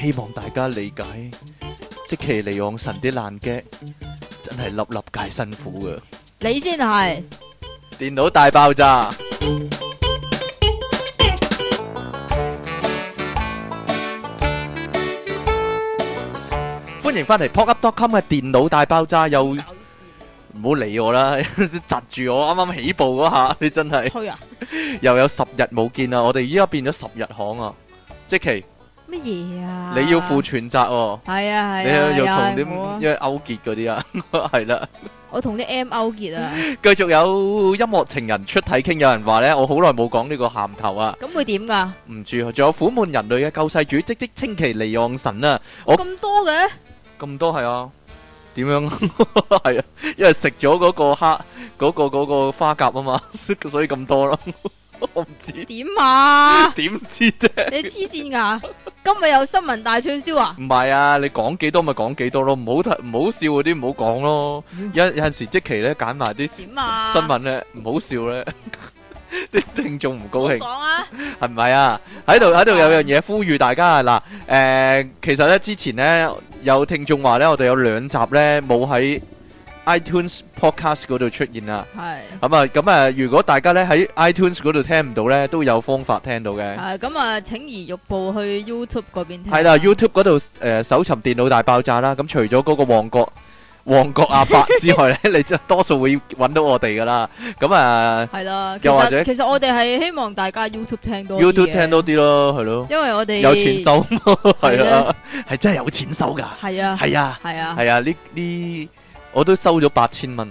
希望大家理解，即其尼昂神啲爛 gag 真係粒粒皆辛苦噶。你先係電腦大爆炸，歡迎翻嚟 pocket.com 嘅電腦大爆炸，又唔好理我啦， 窒住我啱啱起步嗰下，你真係推啊？又有十日冇見啊啦，我哋依家變咗十日行啊，即其乜嘢啊？你要負全責喎。係啊係你啊，又同又係我啊啲因為勾結嗰啲 啊，係啦，我同啲 M 勾結 啊，繼續有音樂情人出體傾，有人話咧，我好耐冇講呢個鹹頭啊，咁會點㗎？唔知啊，仲有苦悶人類嘅救世主，即即稱其離岸神啊，我咁多嘅咁多係啊，點 樣啊係啊，因為食咗嗰個蝦嗰個嗰個花甲 啊嘛，所以咁多 咯，我唔知？點啊 點知啫，你黐線㗎！今日有新聞大串燒啊？唔係啊，你講幾多咪講幾多咯，唔好睇唔好笑嗰啲唔好講咯，有有陣時即期咧揀埋啲。點啊？新聞咧，唔好笑咧， 啲聽眾唔高我興，講啊，係咪啊？喺度喺度有樣嘢呼籲大家啊，嗱，誒，其實咧之前咧有聽眾話咧，我哋有兩集咧冇喺 iTunes Podcast 嗰度出現啦。係咁啊，咁啊，如果大家咧喺 iTunes 嗰度聽唔到咧，都有方法聽到嘅。係咁啊，請移玉步去 YouTube 嗰邊聽。係啦，YouTube 嗰度誒搜尋電腦大爆炸啦。咁除咗嗰個旺角 旺角 阿伯之外咧，你就多數會揾到我哋噶啦。咁啊係啦，其又或者實其實我哋係希望大家 YouTube 聽多啲嘅，YouTube 聽多，啲咯，係咯。因為我哋有錢。收，係係啊啊，係真係有錢收噶，係啊，係啊，係啊，係啊，呢呢我都收咗八千蚊，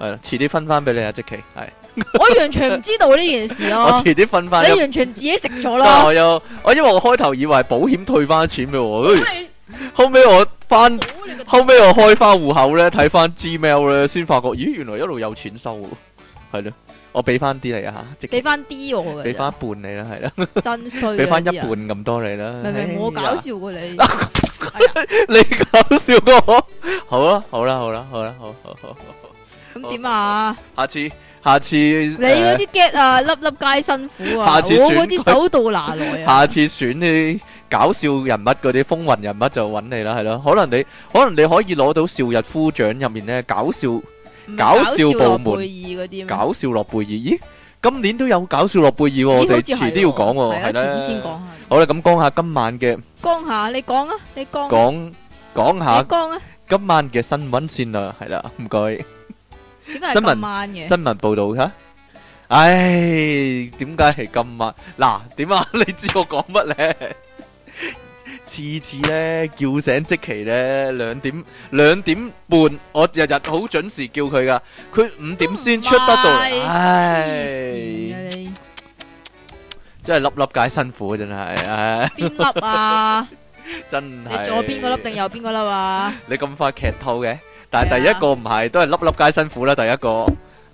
係啦，遲啲分翻俾你啊，即期係，我完全唔知道呢件 事我咯。遲啲分翻，你完全自己食 咗因為哦哎啦。我有我因為我開頭以為保險退翻錢俾我，真哎係後尾我翻好你個後尾我開翻戶口咧，睇翻 Gmail 咧，先發覺咦原來一路有錢收喎，係咯，我俾翻啲你啊，即俾期翻 D 我嘅，俾翻一半你啦，係啦，真衰啊，俾翻一啲人半咁多你啦，明明我哎呀搞 笑過你，你搞笑過我，好啦，好啦，好啦，好啦，好好好，咁點啊？下次，下次，你你嗰啲 get 啊，粒粒皆辛苦啊！下我次選舉嗰啲手到拿來啊！下次選啲搞笑人物嗰啲風雲人物就揾你啦，係咯，可能你，可能你可以攞到邵逸夫獎入面咧搞笑唔係搞笑部門諾貝爾嗰啲咩搞笑諾貝爾，咦，今年都有搞笑諾貝爾喎，咦我哋好似係遲啲要講喎，喎，係啊，遲啲啦，先講下。好啦，咁講下今晚嘅講下你講啊，你講啊，講講你下講啊，今晚嘅新聞先啦，係啦，唔該。點解係新聞咁晚嘅？新聞報導嚇。唉，點解係咁密？嗱，點 啊？你知我講乜咧？次次咧叫醒即期咧兩點兩點半，我日日好準時叫佢噶，佢五點先出得到都唔嚟。係唉黐，線啊你， 真係粒粒皆辛苦啊！真係，唉，邊粒啊？真你係。左邊嗰粒定右邊嗰粒啊？你咁快劇透嘅？但係係啊第一個唔係，都係粒粒皆辛苦啦。第一個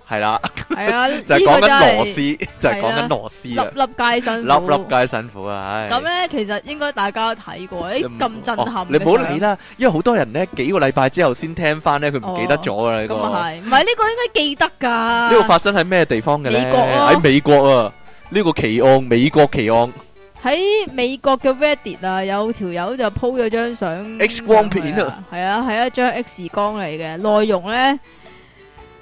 係啦，係 啊，就係呢講個真緊係螺絲，就係講係緊啊螺絲啊。粒粒皆辛粒苦。粒皆辛苦啊！唉咁咧，其實應該大家都睇過，誒唔咁震哦撼。你唔好理。啦，因為好多人咧幾個禮拜之後先聽翻咧，佢唔記得咗啊！呢咁個啊呢係，唔係呢個應該記得㗎。呢個發生喺咩地方嘅咧？美國咯喺美國啊！呢個奇案，美國奇案喺美國嘅 Reddit 啊，有條友就 po 咗張相 X 光片啊上去，係啊係一張 X 光嚟嘅，內容咧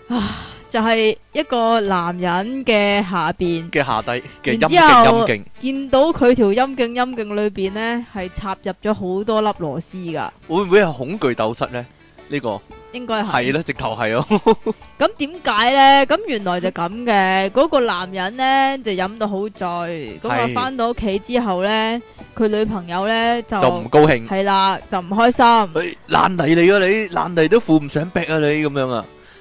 啊就係、一個男人嘅下邊，嘅下低嘅陰然莖之後陰莖，見到佢條陰莖陰莖裏邊咧係插入咗好多粒螺絲噶，會唔會係恐懼鬥室咧？呢個應該係係。啦，直頭係哦，咁點解咧？咁原來就咁嘅，嗰、個男人咧就飲到好醉，咁啊係翻到屋企之後咧，佢女朋友咧就就唔高興，係啦，就唔開心。哎爛泥嚟啊！你爛泥都扶唔上壁啊！你咁樣啊，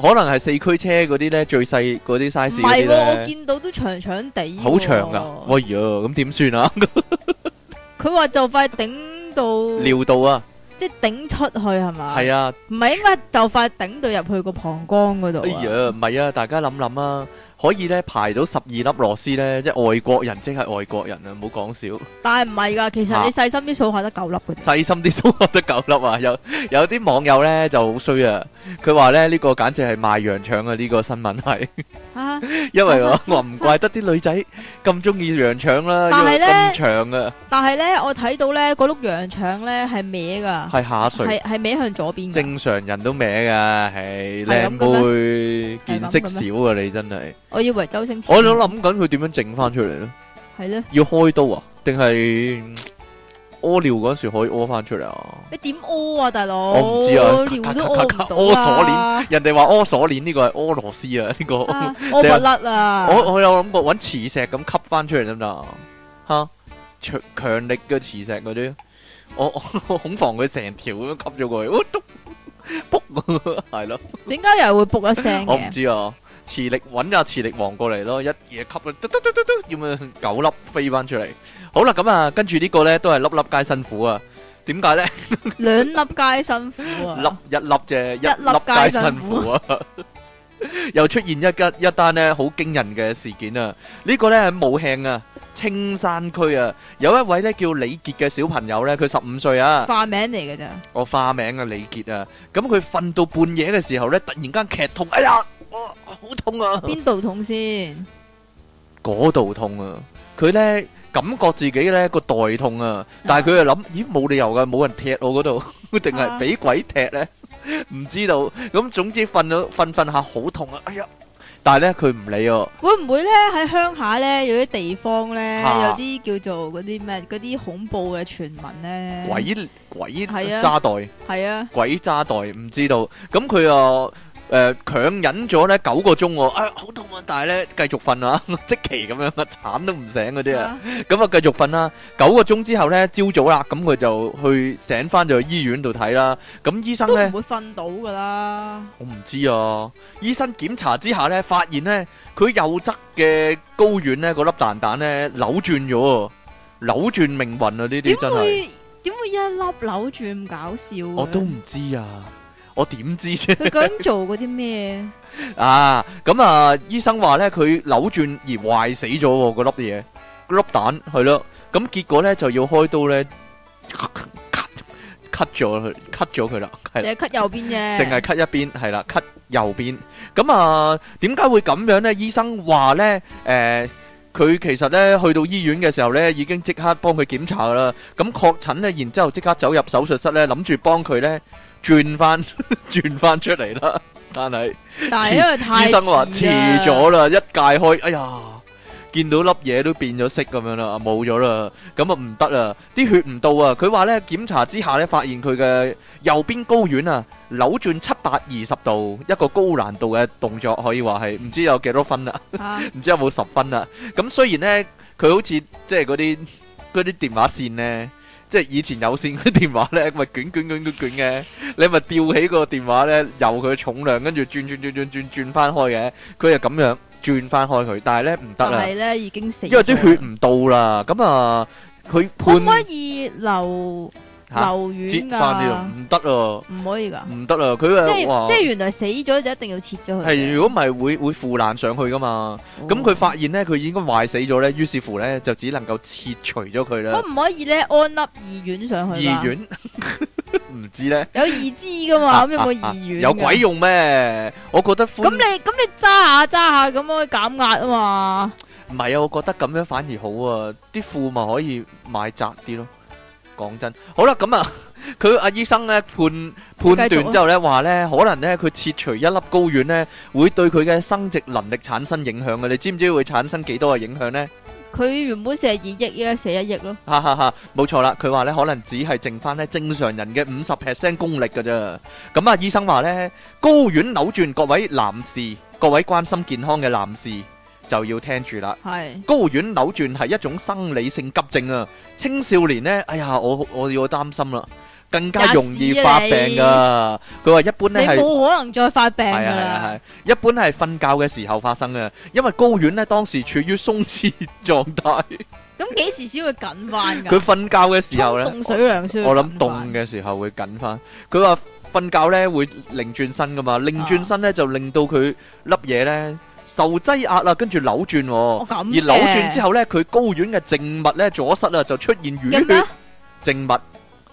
可能係四驅車嗰啲咧，最細嗰啲唔 size 嗰啲係喎，我咧，見到都長長地喎，好長噶。哎 呀，咁點算啊？佢話就快頂到尿道啊，即系顶出去係嘛？係啊。唔係應該就快頂到入去個膀胱嗰度啊哎呀，唔係啊，大家諗諗啊，可以咧排到十二粒螺絲咧，即係外國人，即係外國人啊，唔好講少，但係唔係㗎，其啊實你細心啲數下得九粒嘅啫。細心啲數下得九粒啊！有有啲網友咧就好衰啊，佢話咧呢、個簡直係賣洋腸啊！呢、個新聞係， 啊，因為我我唔怪得啲女仔咁中意洋腸啦，但因為係呢咁長啊，但係咧，我睇到咧嗰碌羊腸咧係歪㗎，係下垂係。係歪向左邊㗎。正常人都歪噶，係係靚咁嘅妹見識少啊！你真係，我以為周星馳。我都諗緊佢點樣整翻出嚟咧。係咧，要開刀啊？定係嗯屙尿嗰時可以屙翻出嚟啊？你點屙啊，大佬？我唔知啊尿都屙唔到屙鎖啊！人哋話屙鎖鏈呢個係屙螺絲啊，呢、個 啊屙唔甩啊！我我有諗過揾磁石咁吸翻出嚟得唔得啊？吓，強強力嘅磁石嗰啲，我我我恐防佢成條咁樣吸咗 過去，哦篤噗 係咯，點解又會卜一聲我唔嘅？知啊。磁力揾阿磁力王過嚟咯，一嘢吸啦，嘟嘟嘟嘟嘟，咁樣九粒飛翻出嚟。好啦，咁啊，跟住呢個咧都係粒粒皆辛苦啊。點解咧？兩粒皆辛苦啊！粒一粒啫，一一粒粒皆皆辛辛苦苦啊！ 又出現一間一單咧好驚人嘅事件啊！呢、個咧喺武慶啊，青山區啊，有一位咧叫李傑嘅小朋友咧，佢十五歲啊，化名嚟嘅咋？我化名啊李傑啊，咁佢瞓到半夜嘅時候咧，突然間劇痛，哎呀，我好痛啊！邊度痛先？嗰度痛啊！佢咧感覺自己咧個袋痛啊，但係佢又諗，咦冇理由噶，冇人踢我嗰度， 定係啊俾鬼踢咧？ 唔知道。咁總之瞓咗瞓瞓下好痛啊！哎呀！但係咧佢唔理哦，會唔會咧喺鄉下咧有啲地方咧嚇有啲叫做嗰啲咩嗰啲恐怖嘅傳聞咧？鬼鬼係啊揸袋，係啊，鬼揸袋，唔知道。咁佢又誒強忍咗咧九個鐘喎，哎呀好痛啊！但係咧繼續瞓啊， 即期咁樣啊，慘都唔醒嗰啲啊！咁啊，繼續瞓啦。九個鐘之後呢，朝早啦，咁佢就去醒翻就去醫院度睇啦。咁醫嚇生都唔呢，會瞓到噶啦。我唔知啊。醫生檢查之下呢，發現呢，佢右側嘅睾丸呢，嗰粒蛋蛋呢，扭轉咗喎，扭轉命運啊！呢啲點真係，會點會一粒扭轉咁搞笑嘅？我都唔知啊，我點知啫？佢究竟做過啲咩？啊，咁啊，醫生話咧佢扭轉而壞死咗喎，嗰粒嘢，嗰粒蛋係咯，咁結果咧就要開刀咧 cut cut 咗佢，cut 咗佢啦，係啦淨係咳右邊啫，淨係 cut 一邊，係啦，cut 右邊。咁啊，點解會咁樣咧？醫生話咧，誒、佢其實咧去到醫院嘅時候咧，已經即刻幫佢檢查噶啦。咁確診咧，然之後即刻走入手術室咧，諗住幫佢咧轉翻 轉翻出嚟啦，但係。但係因為太醫生話遲啦遲咗啦，一解開，哎呀，見到粒嘢都變咗色咁樣啦，冇咗啦，咁啊唔得啦，啲血唔到啊。佢話呢，檢查之下呢，發現佢嘅右邊睾丸啊扭轉七百二十度，一個高難度嘅動作可以話係，唔知有幾多分啦、啊嚇唔知有冇十分啦。咁雖然呢，佢好似即係嗰啲嗰啲電話線呢，即係以前有線嗰啲電話呢，咪捲捲捲捲捲嘅，你咪吊起個電話呢，由佢重量，跟住轉轉轉轉轉轉翻開嘅，佢就咁樣轉翻開佢，但係呢，唔得但啦，係咧已經死咗，因為啲血唔到啦，咁啊佢可唔可判以留嚇留折院翻㗎呢？度唔得啊，唔可以㗎，唔得啊，佢啊即係話即係原來死咗就一定要切咗佢嘅。係如果唔係會會腐爛上去噶嘛。咁佢發現咧，佢已經壞死咗咧，於是乎咧就只能夠切除咗佢啦。可唔可以咧安粒二院上去㗎？二院 唔知咧，有二支噶嘛，咁有冇二院？啊有鬼！用咩？我覺得咁寬你咁你揸下揸下咁可以減壓啊嘛，唔係啊，我覺得咁樣反而好啊，啲褲咪可以買窄啲咯。講真，好啦，咁啊， 佢阿醫生咧判判繼續斷啊之後咧話咧，可能咧佢切除一粒睾丸咧，會對佢嘅生殖能力產生影響嘅。你知唔知會產生幾多嘅影響咧？佢原本四廿二億，依家四一億咯，哈哈哈，冇錯啦，佢話咧可能只係剩翻咧正常人嘅五十 percent 功力㗎咋。咁啊，醫生話咧，睾丸扭轉，各位男士，各位關心健康嘅男士就要聽住啦。係睾丸扭轉係一種生理性急症啊，青少年呢，哎呀，我我要擔心啦，更加容易發病㗎。佢話一般你呢係。冇可能再發病係噶啊係啊啦，係，一般係瞓覺嘅時候發生嘅，因為睾丸咧當時處於鬆弛狀態，咁咁幾時先會緊翻佢㗎？瞓覺嘅時候沖咧，凍水涼先會我緊返。諗凍嘅時候會緊翻。佢話瞓覺咧會擰轉身噶嘛，擰轉身咧就令到佢粒嘢咧受擠壓啦，跟住扭轉喎。我哦咁而嘅扭轉之後咧，佢睾丸嘅靜脈咧阻塞啊，就出現淤嘅咩 血。靜脈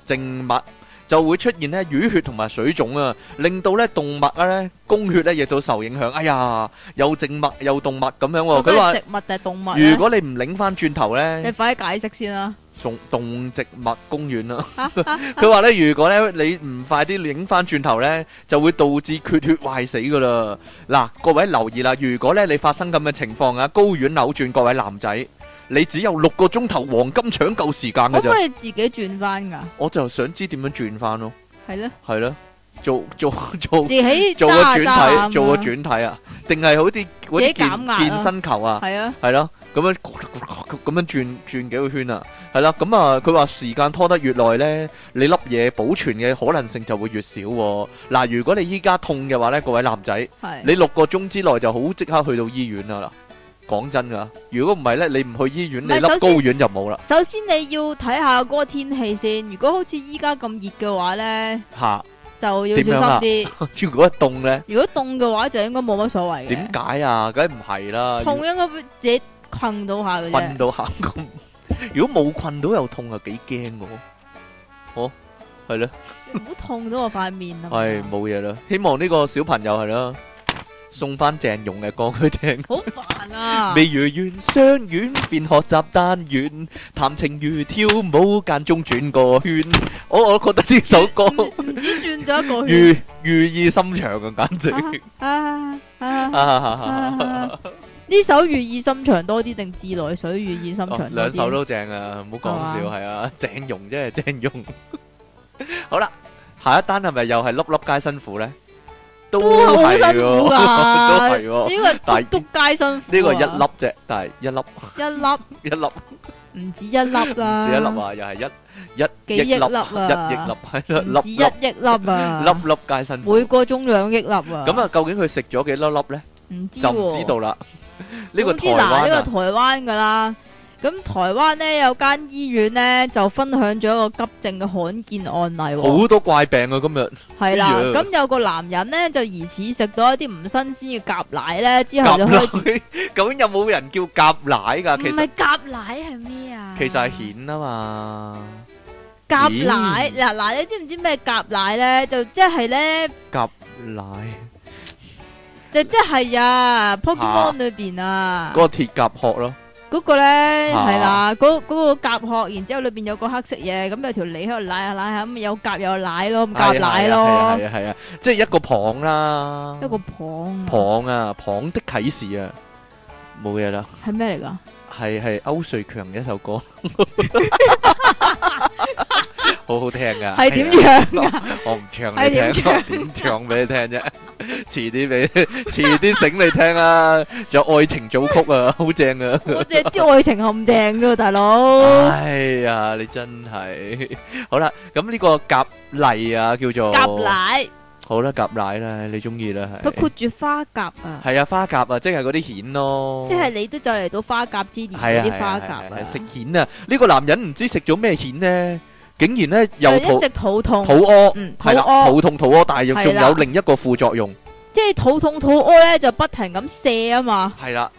靜脈就會出現咧淤血同埋水腫啊，令到咧動脈咧供血咧亦都受影響。哎呀，有靜脈有動脈咁樣喎。到底佢話係植物定係動物咧如果你唔擰翻轉頭咧，你快啲解釋先啦。動動植物公園啦。 佢話咧，如果咧你唔快啲擰翻轉頭咧，就會導致缺血壞死噶啦。嗱，各位留意啦，如果咧你發生咁嘅情況啊，高院扭轉，各位男仔，你只有六個鐘頭黃金搶救時間可㗎唔咋。可以自己轉翻㗎？我就想知點樣轉翻咯，係咧，係咯，做做做自己做個轉揸下揸下體，做個咁樣轉體啊，定係好似嗰自啲己減壓啊健健身球啊？係啊，系咯，咁樣咁樣轉轉幾個圈啊，係啦，咁啊，佢話時間拖得越耐呢，你粒嘢保存嘅可能性就會越少、喎。嗱，如果你依家痛嘅話呢，各位男仔，係你六個鐘之內就好即刻去到醫院啦。嗱，講真噶，如果唔係呢，你唔去醫院，唔你係粒首高先丸就冇啦。首先你要睇下嗰個天氣先。如果好似依家咁熱嘅話咧，吓，就要點樣啊小心啲。如果一凍呢，如果凍嘅話，就應該冇乜所謂點啊嘅。解啊？梗係唔係啦，痛應該自己困到下嘅困啫。到喊咁，如果冇困到又痛啊，幾驚嘅喎。哦，係咯。唔好痛到我塊面啊！系冇嘢啦，希望呢個小朋友係啦，送翻鄭融嘅歌佢聽。好煩啊！未如願相戀，便學習單戀，談情如跳舞，間中轉個圈。我我觉得呢首歌唔唔止轉咗一個圈寓寓意深長啊，簡直。 啊啊！啊啊呢首寓意深長多啲定自來水寓意深長多哦啲？兩首都正啊，唔好講係笑，係啊，鄭融啫，鄭融。好啦，下一單係咪又係粒粒皆辛苦咧？都都好係辛喎，苦都噶，係 喎。呢個但係篤篤街辛苦。啊呢個一粒，啫，但係一粒一粒一粒。唔止一粒啦，唔止一粒啊，又係一一幾億億粒，粒一啊，億 粒係唔啦，止粒一粒億粒啊，粒粒皆辛苦。每個鐘兩億粒啊。咁啊，究竟佢食咗幾多粒咧？唔知就唔喎知道 啦。呢個台總之嗱，灣呢個啊，台灣噶啦。咁台灣呢，有間醫院呢，就分享咗一個急症嘅罕見案例喎，好多怪病啊！今日係啦。哎呀咁有個男人呢，就疑似食到一啲唔新鮮嘅夾奶呢，之後就開始夾 奶，究竟有冇人叫夾奶㗎？唔其係實夾奶係咩啊？其實係蜆啊嘛，夾奶咦嗱嗱，你知唔知咩夾奶咧？就即係咧，奶就即係啊，Pokemon 裏邊啊嗰，個鐵甲殼咯，嗰個咧嚇係啦，嗰嗰個夾殼，然之後裏邊有個黑色嘢，咁有條脷喺度舐下舐下，咁有夾有奶咯，咁 à, 夾奶係啊係咯，啊係啊係啊，即係一個蚌啦，一個蚌啊，蚌啊，蚌的啟示啊，冇嘢啦。係咩嚟㗎？係係歐瑞強嘅一首 歌，好好聽噶。係點樣啊？啊？我唔唱係你點聽，我點唱俾你聽啫？遲啲俾，遲啲醒你聽啊！仲有愛情組曲啊，好正啊！我淨係知愛情陷阱啫，大 佬。哎呀，你真係好啦。咁呢個夾泥啊，叫做夾。奶，好啦，夾奶啦，你中意啦，佢係括住花甲啊，係啊，花甲啊，即係嗰啲蜆咯。即係你都就嚟到花甲之年係啊，嗰係啲啊花係啊甲係啊啊，食蜆啊！呢個男人唔知食咗咩蜆呢，竟然呢又就啊一肚直肚痛。肚屙，嗯係啦，肚屙肚痛肚屙，但係又仲係啦有另一個副作用，即係肚痛肚屙咧就不停咁射啊嘛，係啦，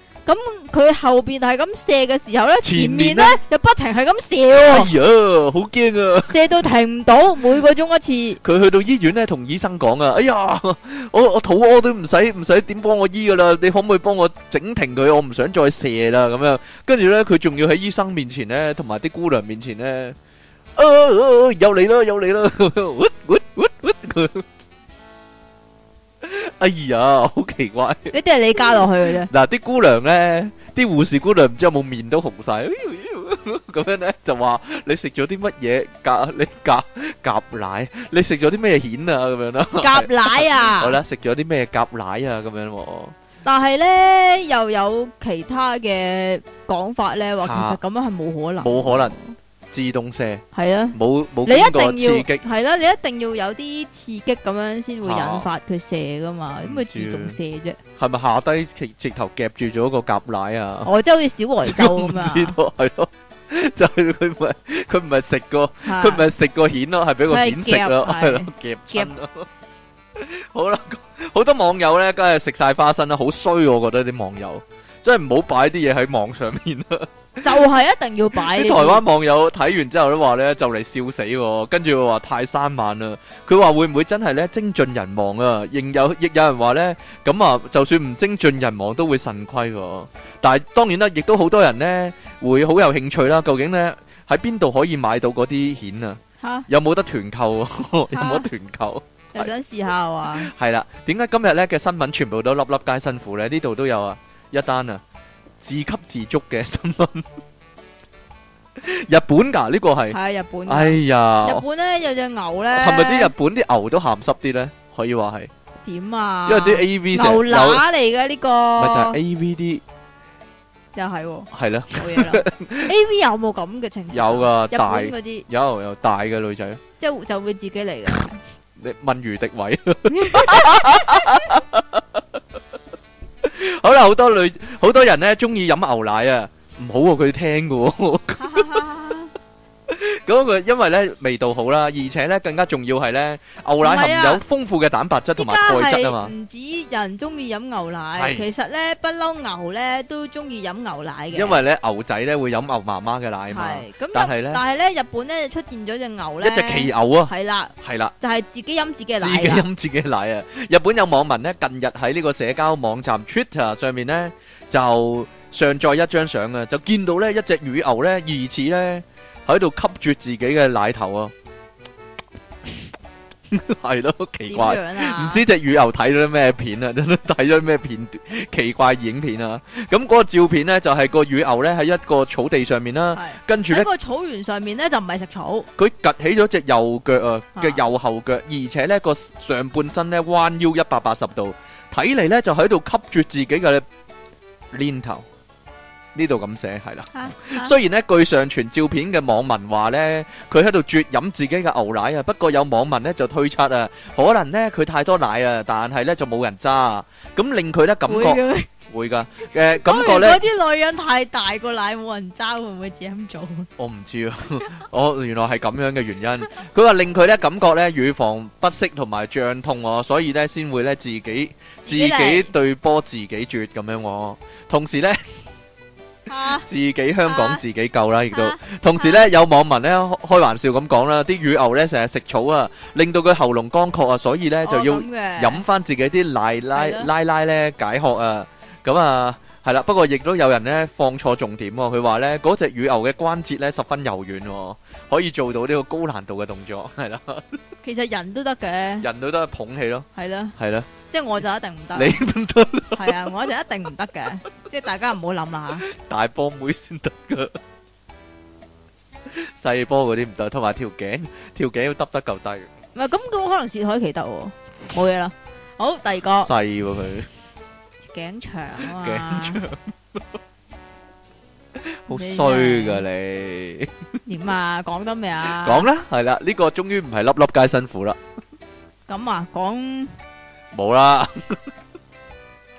佢後邊係咁射嘅時候咧，前前面面呢咧又不停係咁射哎喎，呀，好驚啊！射到停唔到，每個鐘 一次，佢去到醫院呢，同醫生講啊，哎呀，我我肚屙都唔使唔使點幫我醫噶啦，你可唔可以幫我整停佢？我唔想再射啦咁樣。跟住呢，佢仲要喺醫生面前呢，同埋啲姑娘面前呢，啊啊啊有你啦，有你 啦，咁樣 哎呀，好奇怪。呢啲係你加落去 嘅啫。嗱，啲姑娘咧，啲護士姑娘唔知有冇面都紅晒，咁樣咧就話你食咗啲乜嘢夾你夾夾奶，你食咗啲咩蜆啊咁樣啦，夾奶 好啊，啦，食咗啲咩夾奶啊咁樣喎，但係咧又有其他嘅講法咧，話嚇其實咁樣係冇可能，冇可能，自動射，係啊，冇冇你經過一定要刺激，係啦，你一定要有啲刺激咁樣先會嚇引發佢射噶嘛，咁唔知佢啊自動射啫，係咪下低直直頭夾住咗個夾奶啊？我即係好似小外獸咁 唔知啊，道係咯，就係佢唔係佢唔係食個嚇佢唔係食個蜆咯，係俾個佢係蜆食咯， 夾係咯夾親咯。 好啦，咁好多網友咧，梗係食晒花生啦，好衰我覺得啲網友，真係唔好擺啲嘢喺網上面啦。就係啊一定要擺呢啲啲台灣網友睇完之後都話咧，就嚟笑死喎，跟住話太生猛啦。啊佢話會唔會真係咧精盡人亡啊？亦有亦有人話咧，咁啊，就算唔精盡人亡都會腎虧喎。但係當然啦，亦都好多人咧會好有興趣啦。究竟咧喺邊度可以買到嗰啲蜆啊？吓，有冇得團購啊？有冇得團購？又想試下 啊？係啦，點解今日咧嘅新聞全部都粒粒皆辛苦咧？呢度都有啊，一單啊，自給自足嘅新聞。 日本㗎呢個係。係日本㗎，哎呀，日本咧有隻牛咧，係咪啲日本啲牛都鹹濕啲咧？可以話係，點啊？因為啲 A V 成牛日有，咪乸嚟嘅呢就係個， A V 啲又係喎係啦，冇嘢 啦。A V 有冇咁嘅情節啊？有噶日大本嗰啲有有大嘅女仔，即係就會自己嚟嘅。你問余迪偉， 好啦，好多女好多人咧中意飲牛奶啊，唔好喎佢聽嘅喎。哈哈哈嗰個因為咧味道好啦，而且咧更加重要係咧牛奶唔係啊含有豐富嘅蛋白質 依同家埋鈣質啊係嘛，唔止人中意飲牛奶，係其實咧不嬲牛咧都中意飲牛奶嘅。因為咧牛仔咧會飲牛媽媽嘅奶嘛，係咁，但但係係咧咧，但係咧日本咧就出現咗只牛一咧，隻奇牛啊，係啦，係啦。就係自己飲自己嘅自奶己啦。飲自己奶啊！日本有網民咧，近日喺呢個社交網站 Twitter 上面咧，就上載一張相啊，就見到咧一隻乳牛咧，疑似咧喺度吸住自己嘅奶頭啊， 係咯，奇點怪。樣啊？唔知只乳牛睇咗啲咩片啊， 睇咗啲咩片段奇怪影片啊？咁嗰個照片咧就係、個乳牛咧喺一個草地上面啦，係跟住咧喺個草原上面咧就唔係食草，佢趌起咗只右腳啊啊嘅右後腳，而且呢個上半身呢彎腰一百八十度，睇嚟呢就喺度吸住自己嘅鏈頭。呢度咁寫係啦。啊啊 雖然呢據上傳照片嘅網民話呢，佢喺度啜飲自己嘅牛奶啊，不過有網民呢就推測啊，可能呢佢太多奶啊，但係呢就冇人揸，咁令佢呢感會覺嘅咩會㗎，誒感覺當呢然。嗰啲女人太大個奶冇人揸，會唔會自己咁做？我唔知啊， 我原來係咁樣嘅原因。佢話令佢咧感覺咧乳房不適同埋脹痛喎，所以咧先會咧自己自自己嚟己對波自己啜咁樣喎。同時咧啊自己香港啊自己救啦，亦都啊同時咧有網民咧開開玩笑咁講啦，啲乳牛咧成日食草啊，令到佢喉嚨乾涸啊，所以咧就哦要咁嘅飲翻自己啲奶奶係咯奶奶咧解渴啊，咁啊係啦，不過亦都有人咧放錯重點喎、佢話咧嗰只乳牛嘅關節咧十分柔軟、喎，可以做到呢個高難度嘅動 作，係啦，其實人都得嘅，人都得捧起咯，係啦，係啦，即係我就一定唔得，你都得係啊，我就一定唔得嘅，即係大家唔好諗啦吓。大波妹先得噶， 細波嗰啲唔得，同埋條頸條頸要耷得夠低，唔 係咁，咁可能薛凱琪得喎，冇嘢啦。好，第二個細喎佢，頸長啊嘛，頸長。好你衰噶真你，點啊？講得未啊？講啦，係啦，呢個終於唔係粒粒皆辛苦啦，咁啊，講冇啦。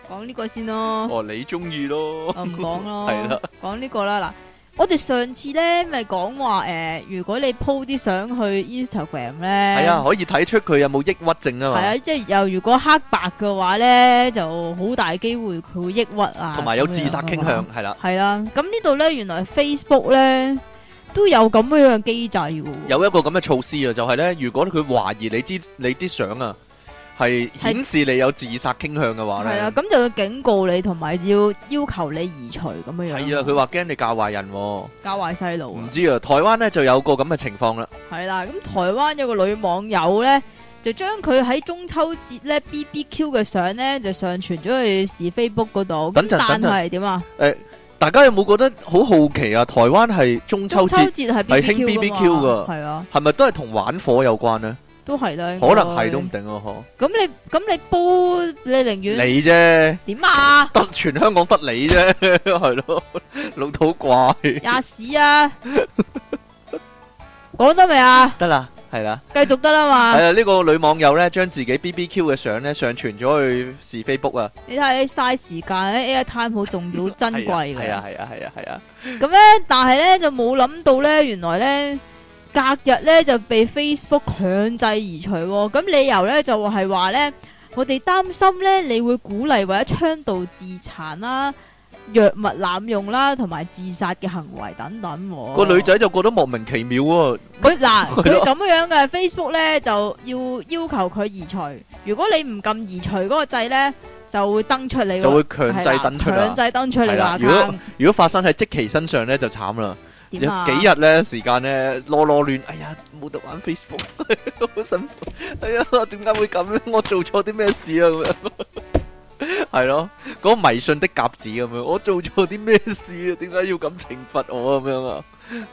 講呢個先咯。哦，你中意咯，我唔講咯，係啦，講呢個啦嗱，我哋上次咧咪講話誒，如果你 po 啲相去 Instagram 咧，係啊，可以睇出佢有冇抑鬱症啊係啊，嘛，即係又如果黑白嘅話咧，就好大機會佢會抑鬱啊，同埋有自殺傾咁樣啊向嘛，，係啦，係啦，咁呢度咧原來 Facebook 咧都有咁樣嘅機制嘅喎，有一個咁嘅措施啊，就係咧，如果佢懷疑你啲你啲相啊，係係顯示你有自殺傾向嘅話係啦，咧，咁就要警告你，同埋要要求你移除咁樣樣。係啊，佢話驚你教壞人喎，唔教壞細路啊。知啊，台灣咧就有個咁嘅情況啦，系啦，咁台灣有個女網友咧，就將佢喺中秋節咧 BBQ 嘅相咧，就上傳咗去是 Facebook 嗰度。等咁陣但等陣係點啊？大家有冇覺得好好奇啊？台灣係中秋中秋節節係係興 BBQ 㗎系啊，係咪都係同玩火有關呢？都係啦，應該可能係都唔定喎，咁你咁你煲你寧嗬，願你啫。點啊？得全香港得你 啫，係咯，老土怪。 吔屎啊！講得未啊？得啦，系啦。繼續得啦嘛系。啊啦，呢個女網友咧，將自己 BBQ 嘅相咧上傳咗去是非 book 啊，你睇下你嘥時間咧，air time 好重要、珍貴 嘅。係啊係啊係啊係啊，咁咧，但係咧就冇諗到咧，原來咧隔日咧就被 Facebook 強制移除、喎。咁理由咧就係話咧，我哋擔心咧你會鼓勵或者倡導自殘啦、藥物濫用啦，同埋自殺嘅行為等等、喎。個女仔就覺得莫名其妙喎，佢 嗱係佢咯咁樣嘅 Facebook 咧就要要求佢移除，如果你唔撳移除嗰個掣咧，就會登出你個就會強係制啦登出啊強。制登出你係個啦如果 account 如果發生喺即期身上咧，就慘啦，有點啊？幾日咧時間咧攞攞亂，哎呀冇得玩 Facebook，好 辛苦，哎呀點解會咁咧？我做錯啲咩事啊？ 咁樣係咯，嗰、個迷信的鴿子咁樣，我做錯啲咩事啊？點解要咁懲罰我啊咁樣啊？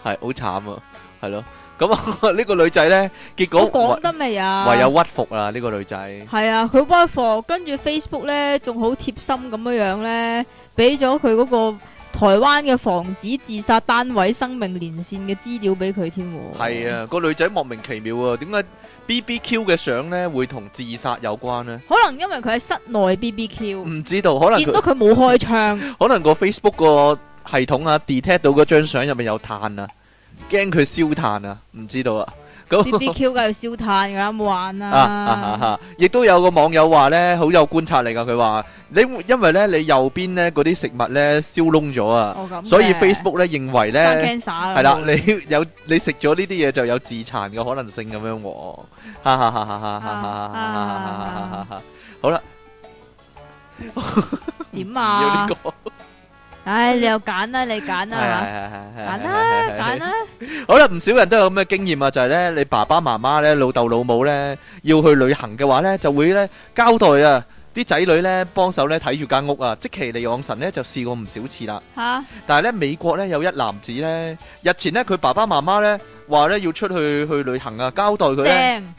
係好慘啊，係咯。咁 啊，呢個女仔咧，結我果講唯得未啊？唯有屈服啦。呢個女仔係啊，佢 w i 跟住 Facebook 咧，仲好貼心咁樣樣咧，俾咗佢嗰個台灣嘅防止自殺單位生命連線嘅資料俾佢添喎。係，啊，個女仔莫名其妙啊，點解 BBQ 嘅相咧會同自殺有關呢？可能因為佢喺室內 BBQ，唔知嗯道，可能佢見到佢冇開窗。 可能個 Facebook 個系統啊 detect 到嗰張相入面有碳啊，驚佢燒炭啊，唔知道啊。咁 BBQ 梗系要燒炭噶啦，冇玩啊 啊啊啦。啊！亦都有個網友話呢，好有觀察力噶。佢話你因為呢，你右邊呢嗰啲食物呢燒窿咗啊，哦咁嘅，所以 Facebook 呢認為生呢 cancer 啊係啦，你 有你食咗呢啲嘢就有自殘嘅可能性咁樣喎。哈哈哈哈哈哈哈哈哈哈哈哈！好啦，點唔要啊呢？個唉，你又揀啦，你揀係係啦，係係係啊揀係啦，係係揀啦。好啦，唔少人都有咁嘅經驗啊，就係咧，你爸爸媽媽咧、老豆老母咧，要去旅行嘅話咧，就會咧交代啊，啲仔女咧幫手咧睇住間屋啊。即其利昂神咧就試過唔少次啦，吓，但係咧美國咧有一男子咧，日前咧佢爸爸媽媽咧話咧要出去去旅行啊，交代佢咧正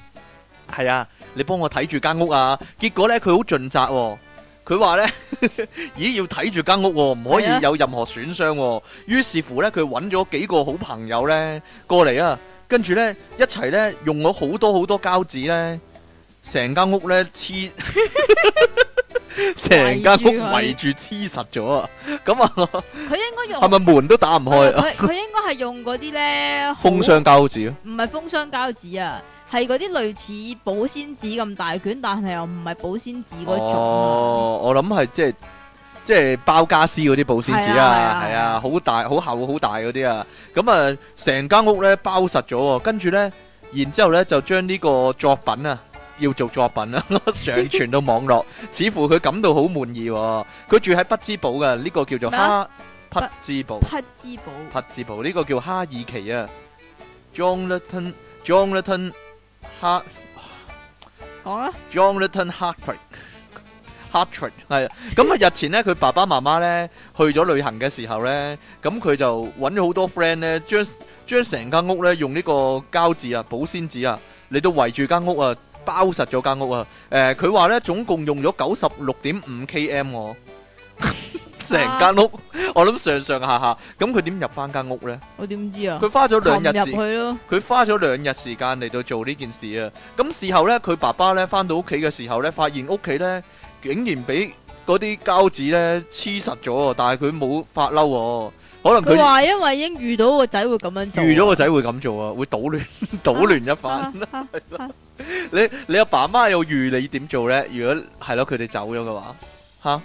係啊，你幫我睇住間屋啊。結果咧佢好盡責喎。佢話咧， 咦要睇住間屋喎、唔可係啊以有任何損傷喎、於是乎咧，佢揾咗幾個好朋友咧過嚟啊，跟住咧一齊咧用咗好多好多膠紙咧，成間屋咧黐， 成間屋圍住黐實咗啊！咁啊，佢應該用係咪門都打唔開 啊？佢佢應該係用嗰啲咧封，箱膠紙啊，好唔係封箱膠紙啊，係嗰啲類似保鮮紙咁大卷，但係又唔係保鮮紙嗰種啊。哦，我諗係即係即係包家私嗰啲保鮮紙啊，係啊係啊係係啊啊，好大好厚好大嗰啲啊，咁啊成間屋咧包實咗喎，跟住咧，然之後咧就將呢個作品啊。要做作品啦， 上傳到網 絡，似乎佢感到好滿意、喎。佢住喺匹茲堡嘅，呢、個叫做咩啊哈匹茲堡。匹茲堡匹茲堡呢個叫哈爾奇啊，Jonathan Jonathan 哈講啊， Jonathan Hartwig Hartwig 係啊咁啊日前咧佢爸爸媽媽咧去咗旅行嘅時候咧，咁佢就揾咗好多 friend 咧，將將成間屋咧用呢個膠紙啊、保鮮紙啊嚟到圍住間屋啊，包實咗間屋啊。誒、佢話咧總共用咗九十六點五 km 喎，成間屋我諗上上下下，咁佢點入翻間屋咧？我點知啊？佢花咗兩擒日入時去。咯，佢花咗兩日時間嚟到做呢件事啊！咁事後呢，佢爸爸呢翻到屋企嘅時候呢，發現屋企呢竟然俾嗰啲膠紙呢黐實咗啊，但係佢冇發嬲喎，可能佢佢話因為已經遇到個仔會咁樣做啊。預咗個仔會咁做啊，會搗 亂搗亂一番。啊啊你你阿爸媽有預你點做呢？如果係咯，佢哋走咗嘅話，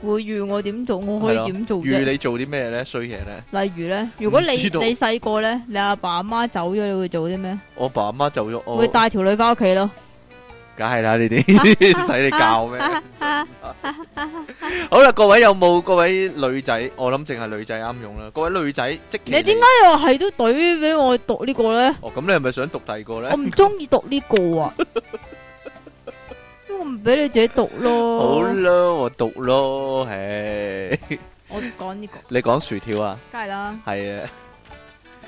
會預我點做，我係可以咯點做啫預？你做啲咩呢？衰嘢呢？例如咧，如果你唔知道你细个咧，你阿爸阿媽走咗，你會做啲咩？我爸媽走咗，我會帶條女翻屋企咯。梗係啦，呢啲使你教咩？好啦，各位有冇各位女仔？我諗淨係女仔啱用啦。各位女仔，即其你點解又哎係都懟俾我讀呢個咧？哦，咁你係咪想讀第二個 我咧？唔中意讀呢個啊，因為我唔俾你自己讀好咯。啦，我讀咯，唉，我講呢個，你講薯條啊？梗係啦。係啊，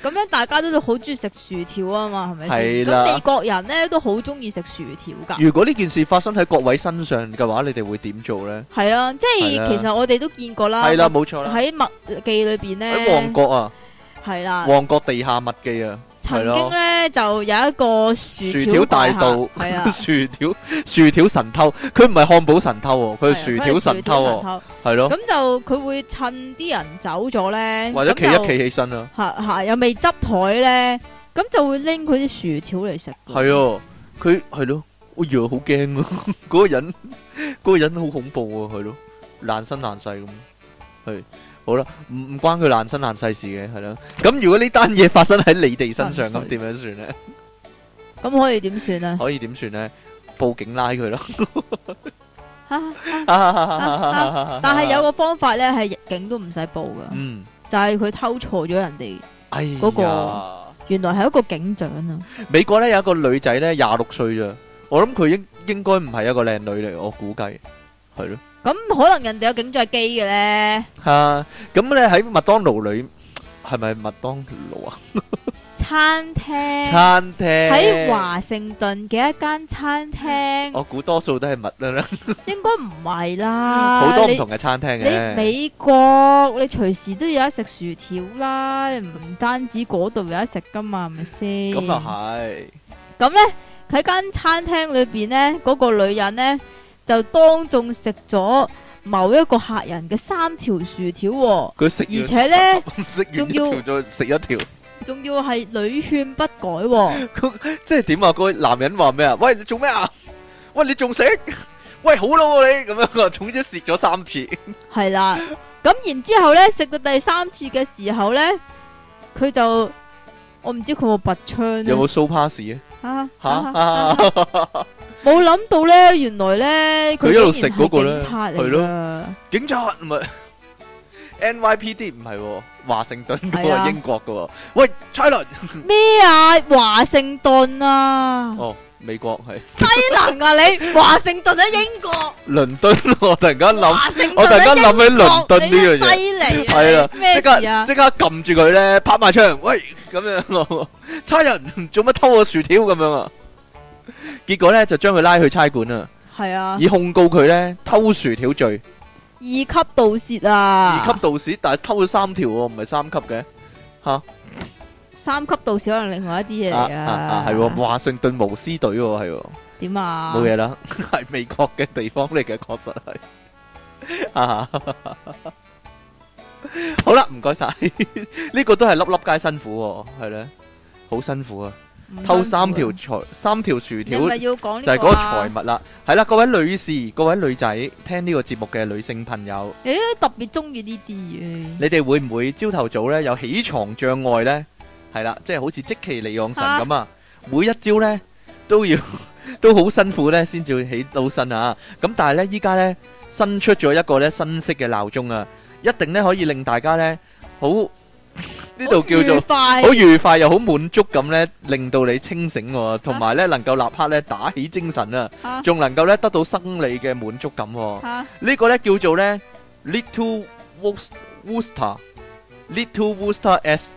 咁樣大家都好中意食薯條啊嘛，係咪先？係啦咁美國人咧都好中意食薯條㗎。如果呢件事發生喺各位身上嘅話，你哋會點做咧？係啦，即係係啦其實我哋都見過啦。係啦，冇錯啦，喺麥記裏邊喺旺咧，角啊，係啦，旺角地下麥記啊，七曾經咧就有一個薯薯條大盜，係 啊薯條薯條神偷，佢唔係漢堡神偷喎，佢係係薯啊條神偷喎，。係咯，咁就佢會趁啲人走咗咧，或者企咁就一企起身啊，嚇嚇又未執台咧，咁就會拎佢啲薯條嚟食。係啊，佢係咯，哎呀，好 驚啊！嗰個人，嗰個人好恐怖啊，係咯，爛身爛世咁，係好啦，唔唔關佢爛身爛世事嘅，係啦。咁如果呢單嘢發生喺你哋身上，咁真係點樣算咧？咁可以點算啊？可以點算咧？報警拉佢咯。啊但係有個方法咧，係警都唔使報噶，嗯，就係佢偷錯咗人哋，哎呀，嗰個原來係一個警長啊！美國咧有一個女仔咧廿六歲咋，我諗佢應應該唔係一個靚女嚟，我估計係咯。咁可能人哋有警長係機嘅咧，吓咁咧喺麥當勞裏係咪麥當勞啊？餐廳餐廳喺華盛頓嘅一間餐廳，我估多數都係麥啦，應該唔係啦。好多唔你同嘅餐廳你嘅。美國你隨時都有得食薯條啦，你唔單止嗰度有得食噶嘛，係咪先？咁又係，咁咧喺間餐廳裏邊咧，嗰、個女人咧就當眾食咗某一個客人嘅三條薯條、喎，佢食而完 且咧食完仲一要條再食一條，仲要係屢勸不改、喎。即係點啊？嗰位男人話咩啊？喂，你做咩啊？喂，你仲食？喂，好咯喎你咁樣啊，總之食咗三次。係啦。咁然之後咧食到第三次嘅時候咧，佢就我唔知佢有冇拔槍有咧冇 show pass 啊？啊吓啊 啊啊冇諗到咧，原來咧佢一路竟然食嗰個係呢係警察嚟咯噶。警察唔係 NYPD 唔係喎，華盛頓嗰係個啊英國嘅喎。喂，差輪咩啊？華盛頓 啊，哦，美國係低能啊你！華盛頓喺英國，倫 敦，我突然間諗，華盛頓喺英國我突然間諗起倫敦呢樣嘢你真係犀利啊！係啦你咩即事刻啊？即刻撳住佢咧，拍埋槍，喂咁樣咯。 差人做乜偷我薯條咁樣啊？結果咧就將佢拉去差館啊，係啊，以控告佢咧偷薯條罪，二級盜竊二啊，級盜竊，但係偷咗三條喎，唔係三級嘅。三級盜竊可能另外一啲嘢啊嚟啊啊，係喎，華盛頓巫師隊喎，係喎。點啊？冇嘢 啦，係美國嘅地方嚟嘅，確實係。啊，好啦，唔該晒，呢個都係粒粒皆辛苦喎，係咧，好辛苦啊！唔辛苦啊，偷三條財三條薯你條咪就要講呢係嗰個個啊？財物啦，係啦，各位女士、各位女仔聽呢個節目嘅女性朋友，你都特別中意呢啲嘢，你哋會唔會朝頭早呢有起床障礙呢？係啦，即係好似即其利昂神咁啊，每一朝呢都要 都好辛苦呢先至起到身啊。咁但係呢，依家呢新出咗一個呢新式嘅鬧鐘啊，一定呢可以令大家呢好呢度叫好愉做快好愉快又好滿足咁呢，令到你清醒喎，同埋呢能夠立刻呢打起精神啊，啊仲能夠呢得到生理嘅滿足感喎。啊呢個咧叫做咧 Little Woos- Wooster Little Wooster S